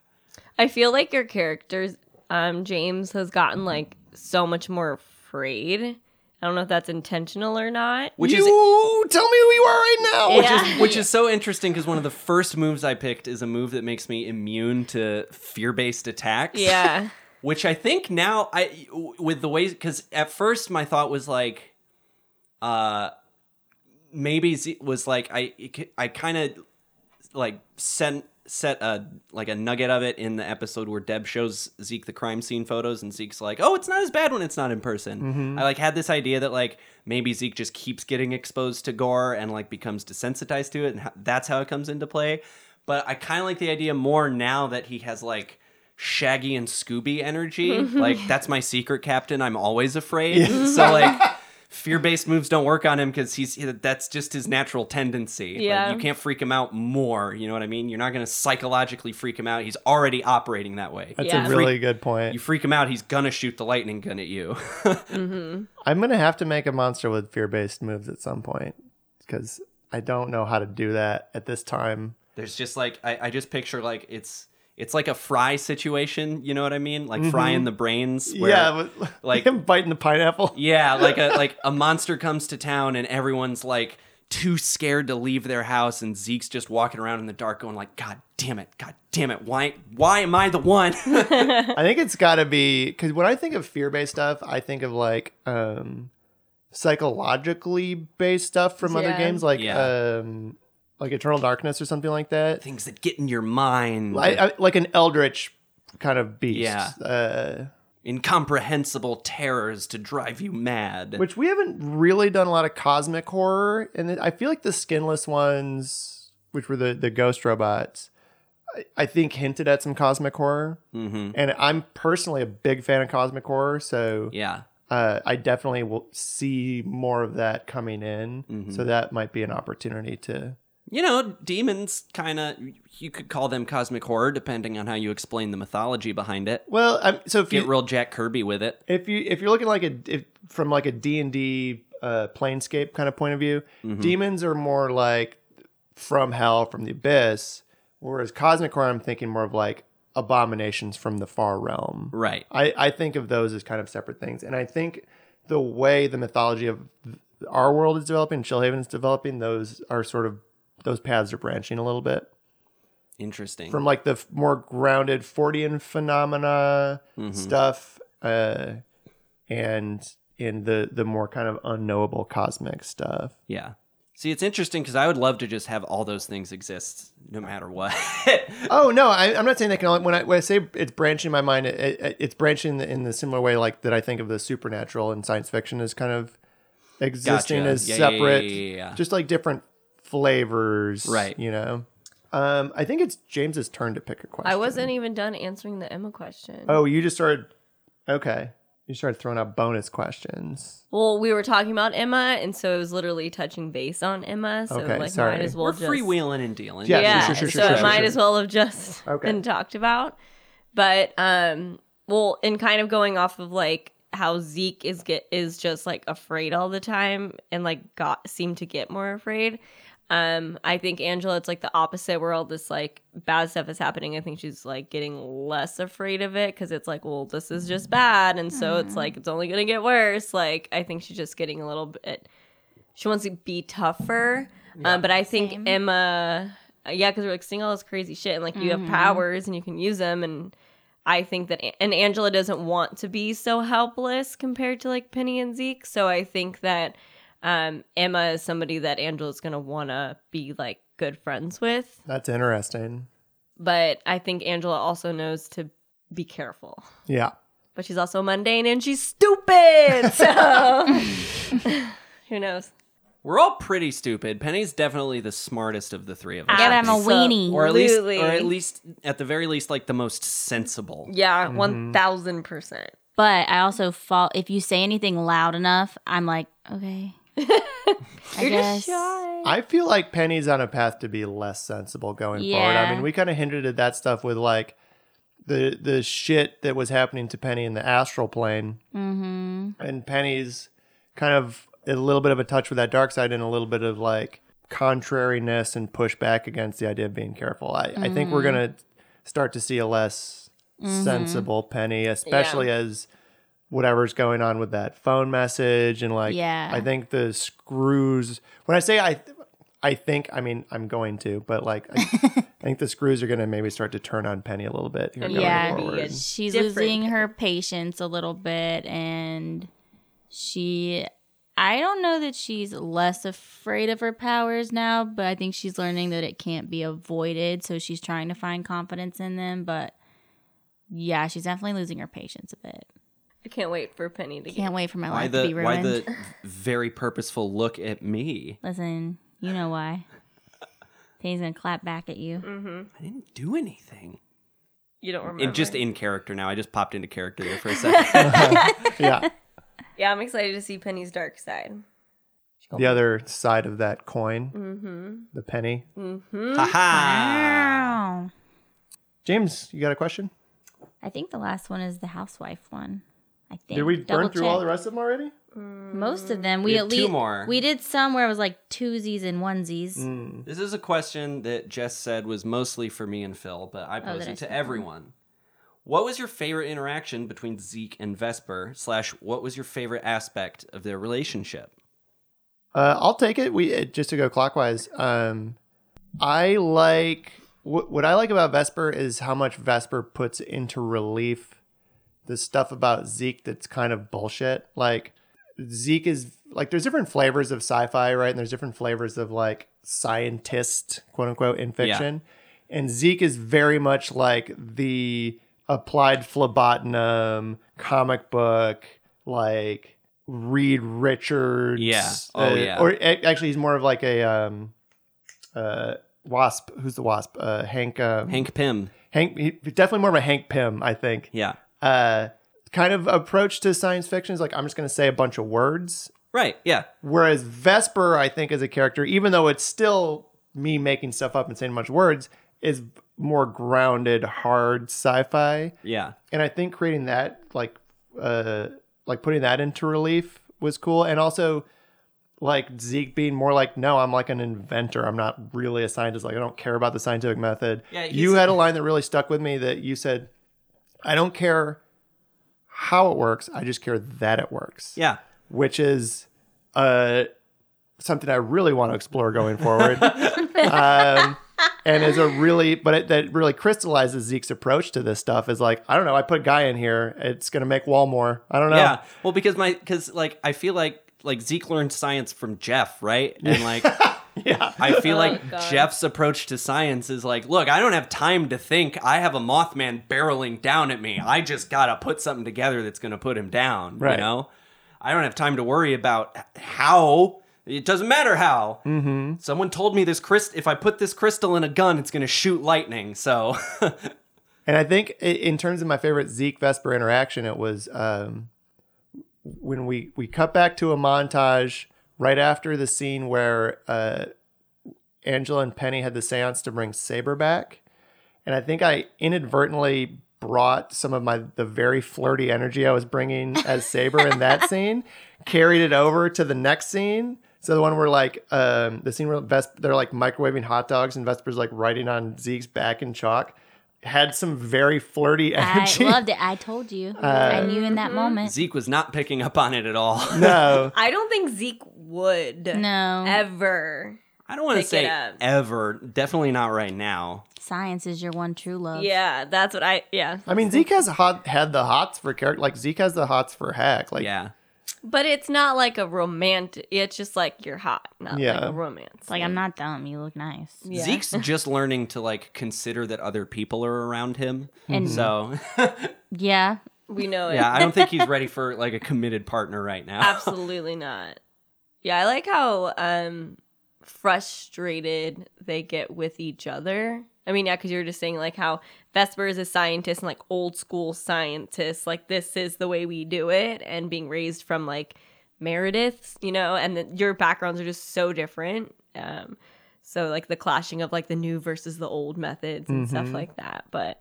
D: I feel like your characters, um, James has gotten like so much more afraid. I don't know if that's intentional or not.
C: Which is
A: you tell me who you are right now.
C: which
D: Yeah.
C: is which is so interesting because one of the first moves I picked is a move that makes me immune to fear-based attacks.
D: Yeah.
C: which I think now I with the way because at first my thought was like, uh, maybe Z was like I I kind of like sent set a like a nugget of it in the episode where Deb shows Zeke the crime scene photos and Zeke's like, "Oh, it's not as bad when it's not in person." I like had this idea that like maybe Zeke just keeps getting exposed to gore and like becomes desensitized to it and ho- that's how it comes into play. But I kind of like the idea more now that he has like Shaggy and Scooby energy. like that's my secret captain. I'm always afraid. So like fear-based moves don't work on him cuz he's that's just his natural tendency. Like,
D: Yeah.
C: you can't can't freak him out more. You know what I mean? You're not going to psychologically freak him out. He's already operating that way.
A: That's
D: Yeah.
A: a really good point.
C: You freak him out, he's going to shoot the lightning gun at you.
A: I'm gonna have to make a monster with fear-based moves at some point because I don't know how to do that at this time.
C: There's just like, I, I just picture like it's. It's like a fry situation, you know what I mean? Like fry in the brains. Where,
A: Mm-hmm. yeah, but,
C: like-
A: like him biting the pineapple.
C: Yeah, like a like a monster comes to town and everyone's like too scared to leave their house and Zeke's just walking around in the dark going like, God damn it, god damn it, why why am I the one?
A: I think it's got to be because when I think of fear-based stuff, I think of like um psychologically based stuff from other
D: Yeah.
A: games, like
C: Yeah.
A: um like Eternal Darkness or something like that.
C: Things that get in your mind.
A: I, I, like an eldritch kind of beast.
C: Yeah.
A: Uh,
C: incomprehensible terrors to drive you mad.
A: which we haven't really done a lot of cosmic horror and it- i feel like the skinless ones which were the, the ghost robots I, I think hinted at some cosmic horror
C: Mhm.
A: and i'm personally a big fan of cosmic horror so
C: yeah,
A: uh, i definitely will see more of that coming in
C: Mm-hmm.
A: so that might be an opportunity to
C: you know, demons kind of you could call them cosmic horror depending on how you explain the mythology behind it.
A: well I'm, so if
C: Get
A: you,
C: real Jack Kirby with it.
A: if you if you're looking like a if, from like a d&d uh, planescape kind of point of view
C: Mm-hmm.
A: demons are more like from hell from the abyss whereas cosmic horror i'm thinking more of like abominations from the far realm
C: Right.
A: I, I think of those as kind of separate things and i think the way the mythology of our world is developing chillhaven is developing those are sort of those paths are branching a little bit
C: Interesting.
A: from like the f- more grounded Fortean phenomena stuff, uh, and in the the more kind of unknowable cosmic stuff.
C: yeah. See, it's interesting because I would love to just have all those things exist no matter what.
A: Oh no, I, I'm not saying that can only when I when I say it's branching in my mind, it, it, it's branching in the, in the similar way like that I think of the supernatural and science fiction as kind of existing
C: Gotcha.
A: as
C: Yeah, yeah, yeah,
A: separate,
C: yeah, yeah, yeah.
A: just like different flavors,
C: Right.
A: You know. Um, I think it's James's turn to pick a question.
D: I wasn't e- even done answering the Emma question.
A: Oh, you just started. Okay, you started throwing out bonus questions.
D: Well, we were talking about Emma, and so it was literally touching base on Emma. So
A: Okay,
D: like,
A: sorry.
D: might as well
C: We're
D: just
C: freewheeling and dealing.
A: Yeah, sure,
D: yeah.
A: sure, sure,
D: so
A: sure,
D: it
A: sure,
D: might
A: sure.
D: as well have just
A: Okay.
D: been talked about. But um, well, and kind of going off of like how Zeke is get is just like afraid all the time, and like got seemed to get more afraid. Um, I think Angela, it's like the opposite where all this like bad stuff is happening. I think she's like getting less afraid of it because it's like, well, this is just bad, and so it's like it's only gonna get worse. Like I think she's just getting a little bit. She wants to be tougher, um, but I think
B: Same.
D: Emma, uh, yeah, because we're like seeing all this crazy shit, and like you have powers and you can use them, and I think that and Angela doesn't want to be so helpless compared to like Penny and Zeke. So I think that um, Emma is somebody that Angela's gonna wanna be like good friends with.
A: That's interesting.
D: But I think Angela also knows to be careful.
A: Yeah.
D: But she's also mundane and she's stupid. So who knows?
C: We're all pretty stupid. Penny's definitely the smartest of the three of us.
B: Yeah, but
C: I
B: I'm a
C: think.
B: weenie.
C: or at least,
D: Absolutely.
C: or at least, Mm-hmm. at the very least, like the most sensible.
D: Yeah, one thousand percent.
B: But I also fall if you say anything loud enough, I'm like, okay. I
D: You're
B: guess.
D: just shy.
A: I feel like Penny's on a path to be less sensible going forward. I
B: Yeah.
A: mean, we kind of hinted at that stuff with like the the shit that was happening to Penny in the astral plane,
B: Mm-hmm.
A: and Penny's kind of a little bit of a touch with that dark side and a little bit of like contrariness and pushback against the idea of being careful. I, I think we're
B: Mm-hmm.
A: gonna start to see a less sensible Penny, especially as whatever's going on with that phone message and like
B: Yeah.
A: I think the screws when I say I I think I mean I'm going to, but like I, I think the screws are gonna maybe start to turn on Penny a little bit here going
B: Yeah.
A: forward.
B: She's
D: Different
B: losing her patience a little bit and she I don't know that she's less afraid of her powers now, but I think she's learning that it can't be avoided, so she's trying to find confidence in them, but yeah, she's definitely losing her patience a bit.
D: I can't wait for Penny to get
B: Can't wait for my
C: Why
B: life to
C: the
B: be
C: why
B: ruined.
C: the very purposeful look at me?
B: Listen, you know why. He's gonna clap back at you.
C: I didn't do anything.
D: you don't remember.
C: It just in character now. I just popped into character there for a second.
A: yeah.
D: yeah, I'm excited to see Penny's dark side.
A: The other side of that coin, the penny.
C: Ha ha.
B: Wow.
A: James, you got a question?
B: I think the last one is the housewife one. I think.
A: Did we burn
B: Double
A: through all the
B: check.
A: rest of them already?
B: Most of them.
C: We
B: We,
C: have
B: at
C: two
B: least
C: more.
B: we did some where it was like twosies and onesies.
A: Mm.
C: This is a question that Jess said was mostly for me and Phil, but I posed
B: Oh, that I
C: it to
B: said
C: everyone. What was your favorite interaction between Zeke and Vesper? Slash, what was your favorite aspect of their relationship?
A: Uh, I'll take it. We uh, just to go clockwise. Um, I like wh- what I like about Vesper is how much Vesper puts into relief the stuff about Zeke that's kind of bullshit. Like Zeke is like there's different flavors of sci-fi, right? And there's different flavors of like scientist, quote unquote, in fiction. And Zeke is very much like the applied phlebotinum comic book, like Reed Richards.
C: Yeah. Oh, yeah.
A: Uh, Or a- actually, he's more of like a um, uh, Wasp. Who's the Wasp? Uh, Hank. Um, Hank.
C: Hank Pym.
A: he- definitely more of a Hank Pym, I think.
C: Yeah.
A: Uh, kind of approach to science fiction is like I'm just going to say a bunch of words
C: Right. Yeah.
A: Whereas Vesper, I think, as a character, even though it's still me making stuff up and saying a bunch of words, is more grounded, hard sci-fi.
C: Yeah.
A: And I think creating that, like, uh, like putting that into relief was cool. And also, like Zeke being more like, no, I'm like an inventor. I'm not really a scientist. Like, I don't care about the scientific method.
C: Yeah, he's-
A: you had a line that really stuck with me that you said, I don't care how it works. I just care that it works
C: Yeah.
A: which is uh, something I really want to explore going forward. um, and is a really, but it, that really crystallizes Zeke's approach to this stuff. Is like, I don't know, I put Guy in here, it's gonna make Wall more. I don't know.
C: Yeah. Well, because my because like I feel like like Zeke learned science from Jeff, right? And like
A: Yeah.
C: I feel
D: Oh,
C: like
D: God.
C: Jeff's approach to science is like, look, I don't have time to think. I have a Mothman barreling down at me. I just gotta put something together that's gonna put him down.
A: Right.
C: You know, I don't have time to worry about h- how. It doesn't matter how. Mm-hmm. Someone told me this crystal. If I put this crystal in a gun, it's gonna shoot lightning. So
A: And I think i- in terms of my favorite Zeke Vesper interaction, it was um, when we we cut back to a montage right after the scene where uh, Angela and Penny had the séance to bring Saber back, and I think I inadvertently brought some of my the very flirty energy I was bringing as Saber in that scene, carried it over to the next scene. So the one where like um, the scene where Vesper, they're like microwaving hot dogs and Vesper's like writing on Zeke's back in chalk had some very flirty
B: I
A: energy.
B: loved it. I told you.
A: Uh,
B: I knew in that moment.
C: Zeke was not picking up on it at all.
A: no,
D: I don't think Zeke would
B: No.
D: ever.
C: I don't want to
D: Pick it
C: say
D: up.
C: ever. Definitely not right now.
B: Science is your one true love.
D: Yeah, that's what I. Yeah,
A: I mean Zeke has hot, had the hots for character. Like Zeke has the hots for Hack. Like
C: Yeah.
D: But it's not like a romantic. It's just like you're hot, not like
A: Yeah.
D: a romance.
B: It's like I'm not dumb. You look nice.
D: Yeah.
C: Zeke's just learning to like consider that other people are around him.
B: And-
C: so
B: Yeah,
D: We know it.
C: yeah, I don't think he's ready for like a committed partner right now.
D: Absolutely not. Yeah, I like how um frustrated they get with each other. I mean, yeah, because you were just saying like how Vesper is a scientist and like old school scientist, like this is the way we do it, and being raised from like Meredith's, you know, and the, your backgrounds are just so different. Um, so like the clashing of like the new versus the old methods and stuff
A: Mhm.
D: like that. But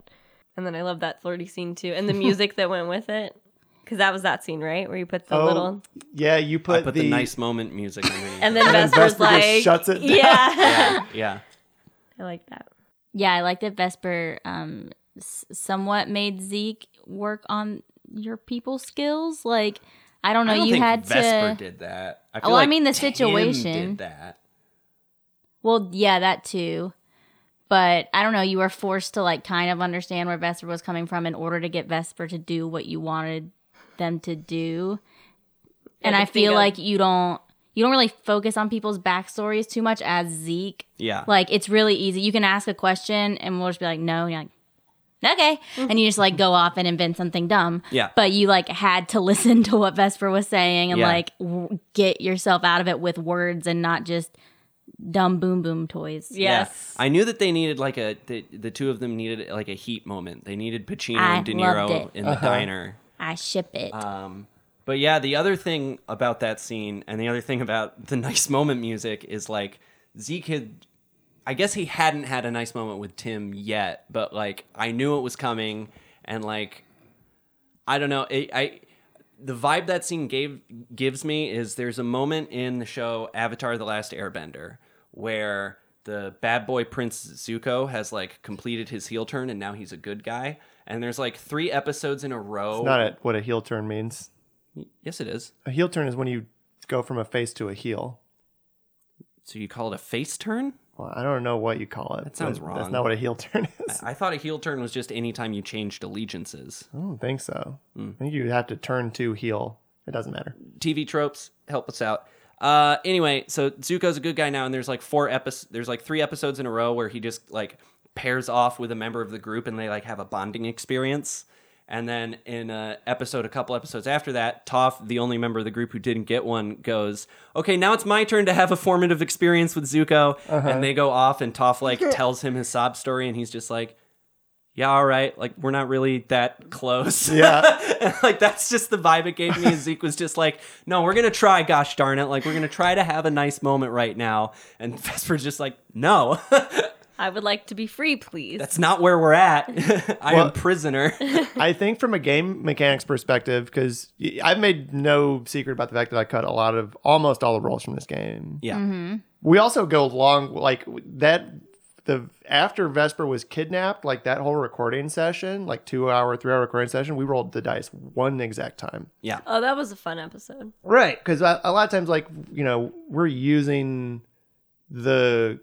D: and then I love that flirty scene too, and the music that went with it, because that was that scene right where you put the
A: Oh,
D: little
A: Yeah, you
C: I
A: put,
C: put the, nice moment music underneath.
D: And then
A: And then
D: Vesper's
A: Vesper
D: like,
A: just shuts it down.
D: Yeah.
C: yeah, yeah.
D: I like that.
B: yeah. I like that Vesper um s- somewhat made Zeke work on your people skills. Like I don't know.
C: I don't
B: you
C: think
B: had
C: Vesper
B: to.
C: did that. I
B: Well, I
C: like
B: mean the
C: Tim
B: situation.
C: did that.
B: Well, yeah, that too. But I don't know. You were forced to like kind of understand where Vesper was coming from in order to get Vesper to do what you wanted them to do.
D: Yeah,
B: and
D: the
B: I feel
D: thing of-
B: like you don't you don't really focus on people's backstories too much as Zeke.
C: Yeah.
B: Like it's really easy. You can ask a question and we'll just be like, no, and you're like, okay. And you just like go off and invent something dumb.
C: Mm-hmm. Yeah.
B: But you like had to listen to what Vesper was saying and
C: Yeah.
B: like w- get yourself out of it with words and not just dumb boom boom toys.
D: Yes.
C: Yeah. I knew that they needed like a the, the two of them needed like a heat moment. They needed Pacino
B: I
C: and De
B: loved
C: Niro
B: it.
C: in the
A: Uh-huh.
C: diner.
B: I ship it.
C: Um, but yeah, the other thing about that scene and the other thing about the nice moment music is like Zeke had I guess he hadn't had a nice moment with Tim yet, but like I knew it was coming and like I don't know, it, I the vibe that scene gave gives me is there's a moment in the show Avatar the Last Airbender where the bad boy Prince Zuko has like completed his heel turn and now he's a good guy. And there's like three episodes in a row.
A: Not a, what a heel turn means.
C: Yes, it is.
A: A heel turn is when you go from a face to a heel.
C: So you call it a face turn?
A: Well, I don't know what you call it. That
C: sounds
A: That's
C: wrong.
A: not what a heel turn is.
C: I thought a heel turn was just any time you changed allegiances.
A: I don't think so. I think you have to turn to heel. It doesn't matter.
C: TV tropes, help us out. Uh, anyway, so Zuko's a good guy now, and there's like four episodes. There's like three episodes in a row where he just like pairs off with a member of the group, and they like have a bonding experience. And then in a episode, a couple episodes after that, Toph, the only member of the group who didn't get one, goes, "Okay, now it's my turn to have a formative experience with Zuko." And they go off, and Toph like tells him his sob story, and he's just like, "Yeah, all right, like we're not really that close."
A: Yeah.
C: like that's just the vibe it gave me. And Zeke was just like, "No, we're gonna try. Gosh darn it! Like we're gonna try to have a nice moment right now." And Vesper's just like, "No,
D: I would like to be free, please.
C: that's not where we're at. I
A: Well-
C: am prisoner."
A: I think from a game mechanics perspective, because I've made no secret about the fact that I cut a lot of almost all the rolls from this game.
C: yeah,
A: We also go long like that. The after Vesper was kidnapped, like that whole recording session, like two hour, three hour recording session, we rolled the dice one exact time.
C: yeah,
D: oh, that was a fun episode.
A: right because a, a lot of times like you know we're using the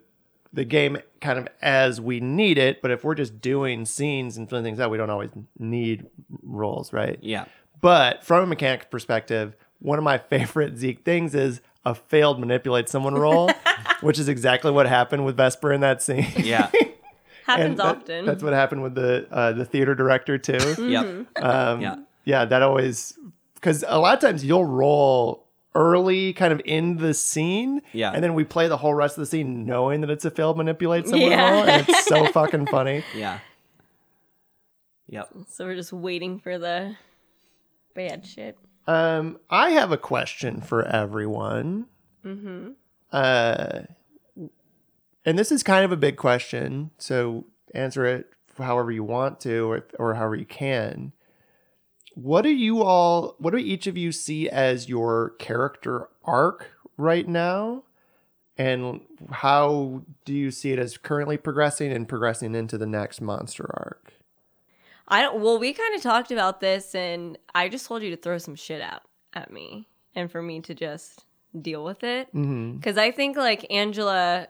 A: the game kind of as we need it but if we're just doing scenes and filling things out we don't always need roles right
C: yeah.
A: but from a mechanic perspective one of my favorite zeke things is a failed manipulate someone roll which is exactly what happened with vesper in that scene
C: Yeah,
D: Happens
A: that-
D: often.
A: that's what happened with the uh, the theater director too
C: yep,
A: um,
C: Yeah.
A: yeah. that always because a lot of times you'll roll early, kind of in the scene,
C: Yeah.
A: and then we play the whole rest of the scene knowing that it's a failed manipulate someone
D: Yeah.
A: roll, and it's so fucking funny.
C: yeah, yep.
D: so we're just waiting for the bad shit.
A: Um, I have a question for everyone. Mm-hmm. Uh, and this is kind of a big question, so answer it however you want to, or, or however you can. What do you all? What do each of you see as your character arc right now? And how do you see it as currently progressing and progressing into the next monster arc?
D: I don't. Well, we kind of talked about this, and I just told you to throw some shit out at me, and for me to just deal with it.
A: Mm-hmm.
D: because I think like Angela,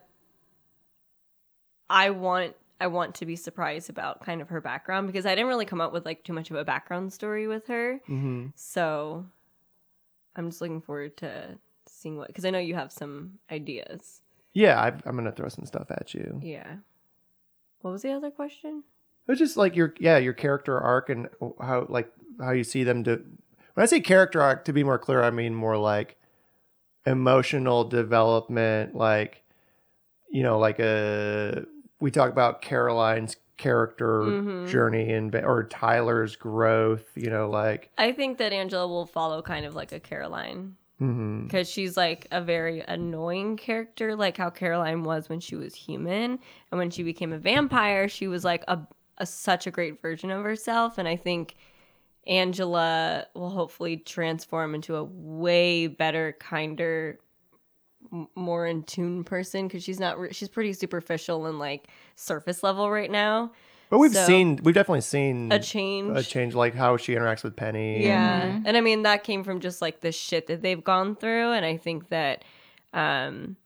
D: I want I want to be surprised about kind of her background because I didn't really come up with like too much of a background story with her.
A: Mm-hmm.
D: So I'm just looking forward to seeing what because I know you have some ideas.
A: Yeah, I, I'm gonna throw some stuff at you.
D: Yeah. What was the other question?
A: It's just like your yeah your character arc and how like how you see them do. When I say character arc, to be more clear, I mean more like emotional development. Like you know, like a we talk about Caroline's character
D: Mhm.
A: journey and or Tyler's growth. You know, like
D: I think that Angela will follow kind of like a Caroline
A: mhm.
D: because she's like a very annoying character, like how Caroline was when she was human, and when she became a vampire, she was like a, a such a great version of herself. And I think Angela will hopefully transform into a way better, kinder, m- more in tune person because she's not re- she's pretty superficial and like surface level right now.
A: but we've
D: so-
A: seen we've definitely seen
D: A change,
A: Mm. a change like how she interacts with Penny.
D: yeah. And I mean, that came from just like the shit that they've gone through. And I think that um,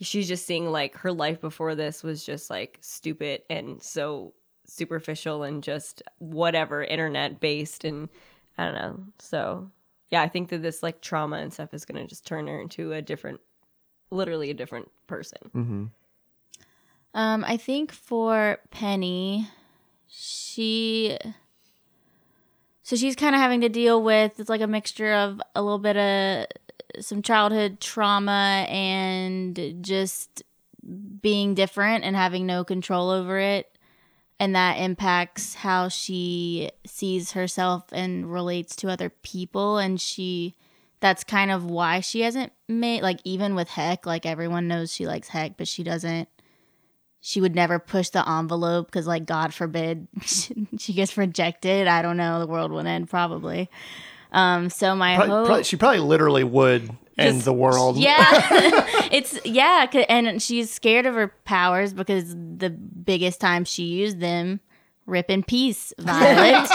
D: she's just seeing like her life before this was just like stupid and so superficial and just whatever, internet based. And I don't know. So, yeah, I think that this like trauma and stuff is going to just turn her into a different, literally a different person.
A: hmm
B: Um, I think for Penny, she so she's kind of having to deal with it's like a mixture of a little bit of some childhood trauma and just being different and having no control over it and that impacts how she sees herself and relates to other people and she that's kind of why she hasn't made like even with heck like everyone knows she likes heck but she doesn't she would never push the envelope because like god forbid she gets rejected i don't know the world would end probably um so my
A: Probably,
B: hope
A: probably- she probably literally would end
B: Just-
A: the world.
B: yeah, it's yeah, 'ca- and she's scared of her powers because the biggest time she used them, rip in peace, Violet.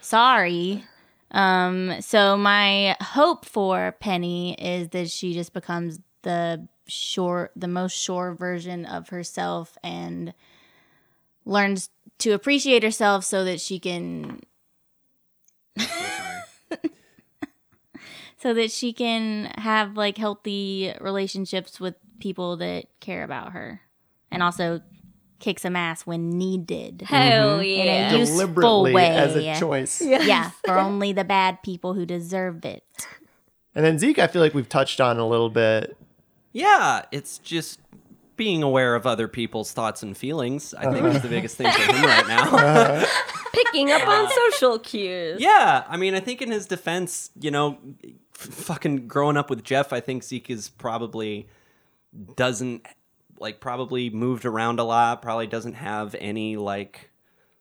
B: Sorry. Um. So my hope for Penny is that she just becomes the sure, the most sure version of herself and learns to appreciate herself so that she can so that she can have like healthy relationships with people that care about her and also kick some ass when needed.
D: Hell
B: yeah.
D: yeah.
B: Useful
A: Deliberately
B: way.
A: as a choice.
B: Yeah, for only the bad people who deserve it.
A: And then Zeke, I feel like we've touched on a little bit.
C: Yeah, it's just being aware of other people's thoughts and feelings. I think is the biggest thing for him right now.
D: Picking up on social cues.
C: yeah, I mean, I think in his defense, you know, f- fucking growing up with Jeff, I think Zeke is probably doesn't like probably moved around a lot. Probably doesn't have any like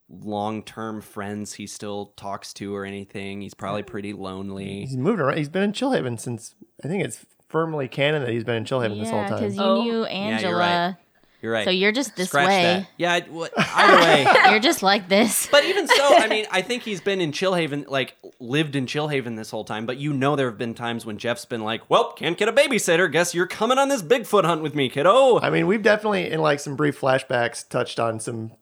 C: long-term friends he still talks to or anything. He's probably pretty lonely.
B: Mm-hmm.
A: He's moved around. He's been in Chillhaven since I think it's firmly canon that he's been in Chillhaven this whole
B: Yeah,
A: time.
B: because you
D: Oh.
B: knew Angela.
C: You're right.
B: So you're just this
C: Scratch
B: way.
C: that. Yeah, I, well, either way.
B: You're just like this.
C: But even so, I mean, I think he's been in Chillhaven, like lived in Chillhaven this whole time. But you know, there have been times when Jeff's been like, "Well, can't get a babysitter. Guess you're coming on this Bigfoot hunt with me, kiddo."
A: I mean, we've definitely in like some brief flashbacks touched on some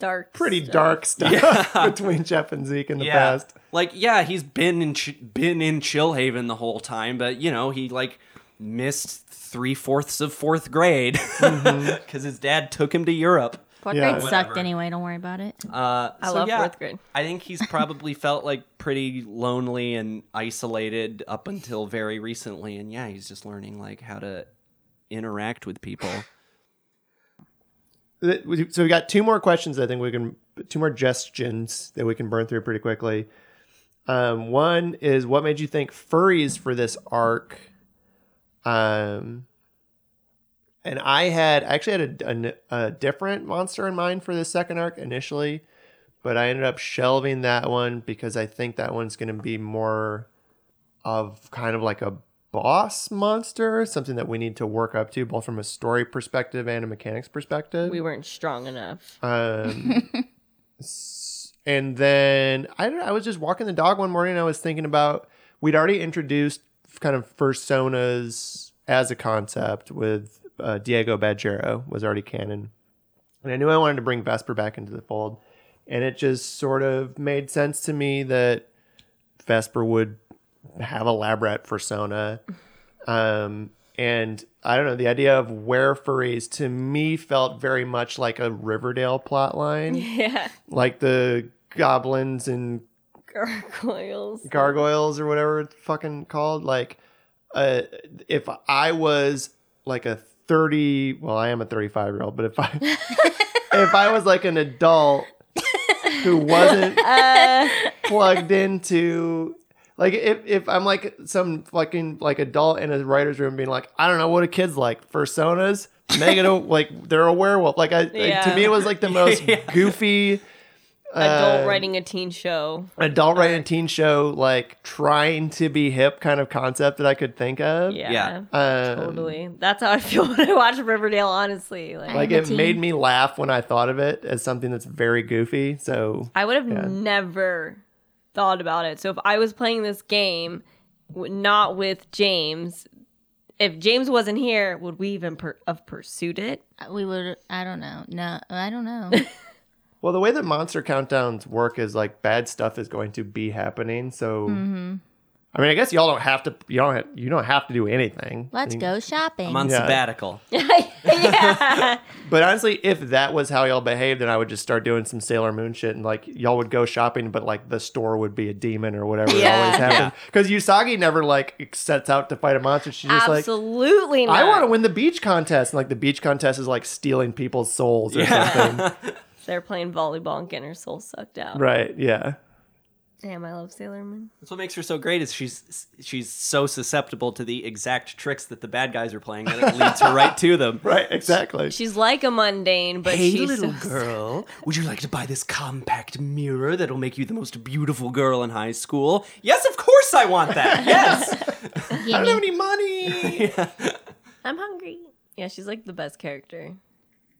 D: Dark.
A: pretty
D: stuff.
A: dark stuff between Jeff and Zeke in the past.
C: like yeah, he's been in Ch- been in Chillhaven the whole time, but you know, he like missed three fourths of fourth grade because
D: Mm-hmm.
C: his dad took him to Europe.
D: Fourth
A: Yeah.
D: grade
B: It
D: sucks.
B: sucked anyway. Don't worry about it.
C: Uh,
D: I
C: so
D: love
C: yeah,
D: fourth grade.
C: I think he's probably felt like pretty lonely and isolated up until very recently, and yeah, he's just learning like how to interact with people.
A: Th- we- So we got two more questions. I think we can two more gestions that we can burn through pretty quickly. Um, one is what made you think furries for this arc? Um, and I had I actually had a, a n- a different monster in mind for the second arc initially, but I ended up shelving that one because I think that one's going to be more of kind of like a boss monster, something that we need to work up to both from a story perspective and a mechanics perspective.
D: We weren't strong enough.
A: Um, s- and then I don't know, I was just walking the dog one morning and I was thinking about we'd already introduced kind of personas as a concept with uh, Diego Badgero was already canon. And I knew I wanted to bring Vesper back into the fold. And it just sort of made sense to me that Vesper would have a lab rat persona. Um, and I don't know, the idea of where furries to me felt very much like a Riverdale plot line.
D: Yeah.
A: like the goblins and
D: Gargoyles.
A: gargoyles or whatever it's fucking called. Like, uh, if I was like a thirty, well, I am a thirty-five year old, but if I if I was like an adult who wasn't
D: Uh,
A: plugged into like if, if I'm like some fucking like adult in a writer's room being like, I don't know what a kid's like. Personas, make it a, like they're a werewolf. Like I like, to
D: Yeah.
A: me it was like the most
C: Yeah.
A: goofy
D: Adult
A: uh,
D: writing a teen show.
A: adult writing teen show like trying to be hip kind of concept that I could think of.
D: Yeah.
C: Yeah.
A: Um,
D: Totally. That's how I feel when I watch Riverdale, honestly. Like,
A: Like
B: I'm a
A: it
B: teen.
A: made me laugh when I thought of it as something that's very goofy. So
D: I would have
A: Yeah.
D: never thought about it. So if I was playing this game, w- not with James, if James wasn't here, would we even per- have pursued it?
B: We would. I don't know. No, I don't know.
A: well the way that monster countdowns work is like bad stuff is going to be happening. So
B: Mm-hmm.
A: I mean I guess y'all don't have to you don't have, you don't have to do anything.
B: Let's
A: I mean,
B: go shopping.
C: I'm on
A: Yeah.
C: sabbatical.
D: yeah.
A: But honestly, if that was how y'all behaved, then I would just start doing some Sailor Moon shit and like y'all would go shopping, but like the store would be a demon or whatever
D: Yeah.
A: always happened. Because Usagi never like sets out to fight a monster. She's just like,
D: Absolutely not.
A: I want to win the beach contest. And like the beach contest is like stealing people's souls or something.
D: They're playing volleyball and getting her soul sucked out.
A: right. Yeah.
D: Damn, I love Sailor Moon.
C: That's what makes her so great is she's she's so susceptible to the exact tricks that the bad guys are playing that it leads her right to them.
A: Right. Exactly.
D: She's like a mundane, but
C: hey,
D: she's
C: little
D: so-
C: girl, would you like to buy this compact mirror that'll make you the most beautiful girl in high school? Yes, of course I want that. Yes.
A: I don't have
B: Gimme.
A: any money.
D: I'm hungry. Yeah, she's like the best character.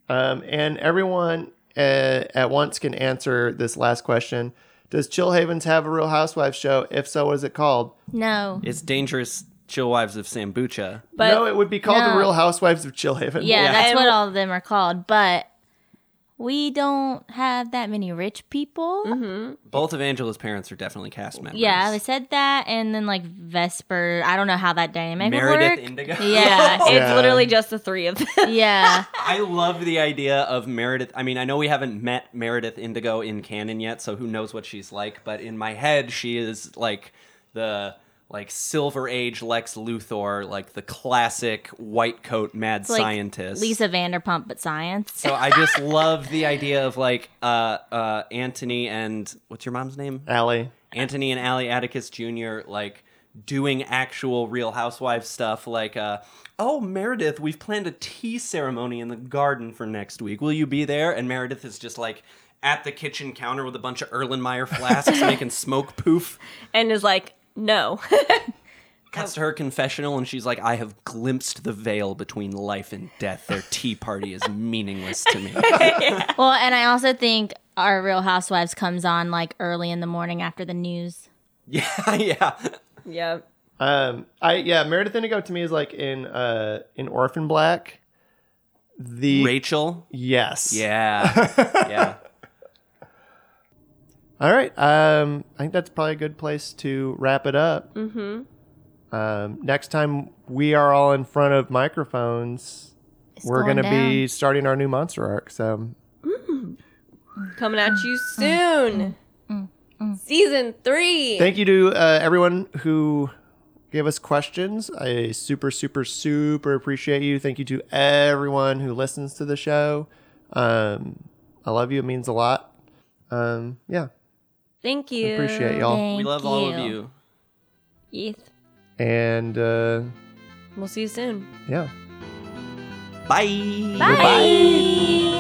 A: Um, and everyone uh, at once can answer this last question. Does Chill Havens have a Real Housewives show? If so, what is it called?
B: no.
C: it's dangerous chill wives of Sambucha.
D: But
A: no, it would be called The
B: No.
A: Real Housewives of Chillhaven.
B: Yeah, that's
D: And-
B: what all of them are called. But we don't have that many rich people.
C: Both of Angela's parents are definitely cast members.
B: Yeah, they said that, and then like Vesper. I don't know how that dynamic
C: Meredith Oh.
B: would work.
C: Indigo.
B: Yeah,
D: it's
A: Yeah.
D: literally just the three of them.
B: yeah.
C: I love the idea of Meredith. I mean, I know we haven't met Meredith Indigo in canon yet, so who knows what she's like, but in my head she is like the like silver age Lex Luthor, like the classic white coat mad
B: like
C: scientist.
B: Lisa Vanderpump, but science.
C: So I just love the idea of like uh uh Anthony and what's your mom's name?
A: Allie.
C: Anthony and Ally Atticus Jr. like doing actual Real Housewives stuff, like, uh, oh Meredith, we've planned a tea ceremony in the garden for next week. Will you be there? And Meredith is just like at the kitchen counter with a bunch of Erlenmeyer flasks making smoke poof.
D: and is like, no.
C: Cuts to her confessional, and she's like, I have glimpsed the veil between life and death. Their tea party is meaningless to me.
B: Well, and I also think our Real Housewives comes on like early in the morning after the news.
C: yeah, yeah.
D: yeah.
A: Um, I yeah, Meredith Indigo to me is like in uh in Orphan Black. The
C: Rachel?
A: yes,
C: Yeah. Yeah.
A: All right, um, I think that's probably a good place to wrap it up.
B: Mm.
A: Mm-hmm. Um, next time we are all in front of microphones, we're
B: going
A: gonna be starting our new monster arc. So
D: Coming at you soon. Mm. Season three.
A: Thank you to uh, everyone who gave us questions. I super, super, super appreciate you. Thank you to everyone who listens to the show. Um, I love you. It means a lot. Um, yeah,
D: Thank
A: I
D: you.
A: appreciate y'all.
C: we
B: Thank
C: love all of
B: you.
C: you.
D: Yes.
A: And uh,
D: We'll see you soon.
A: yeah.
C: Bye.
A: Bye.
D: Bye.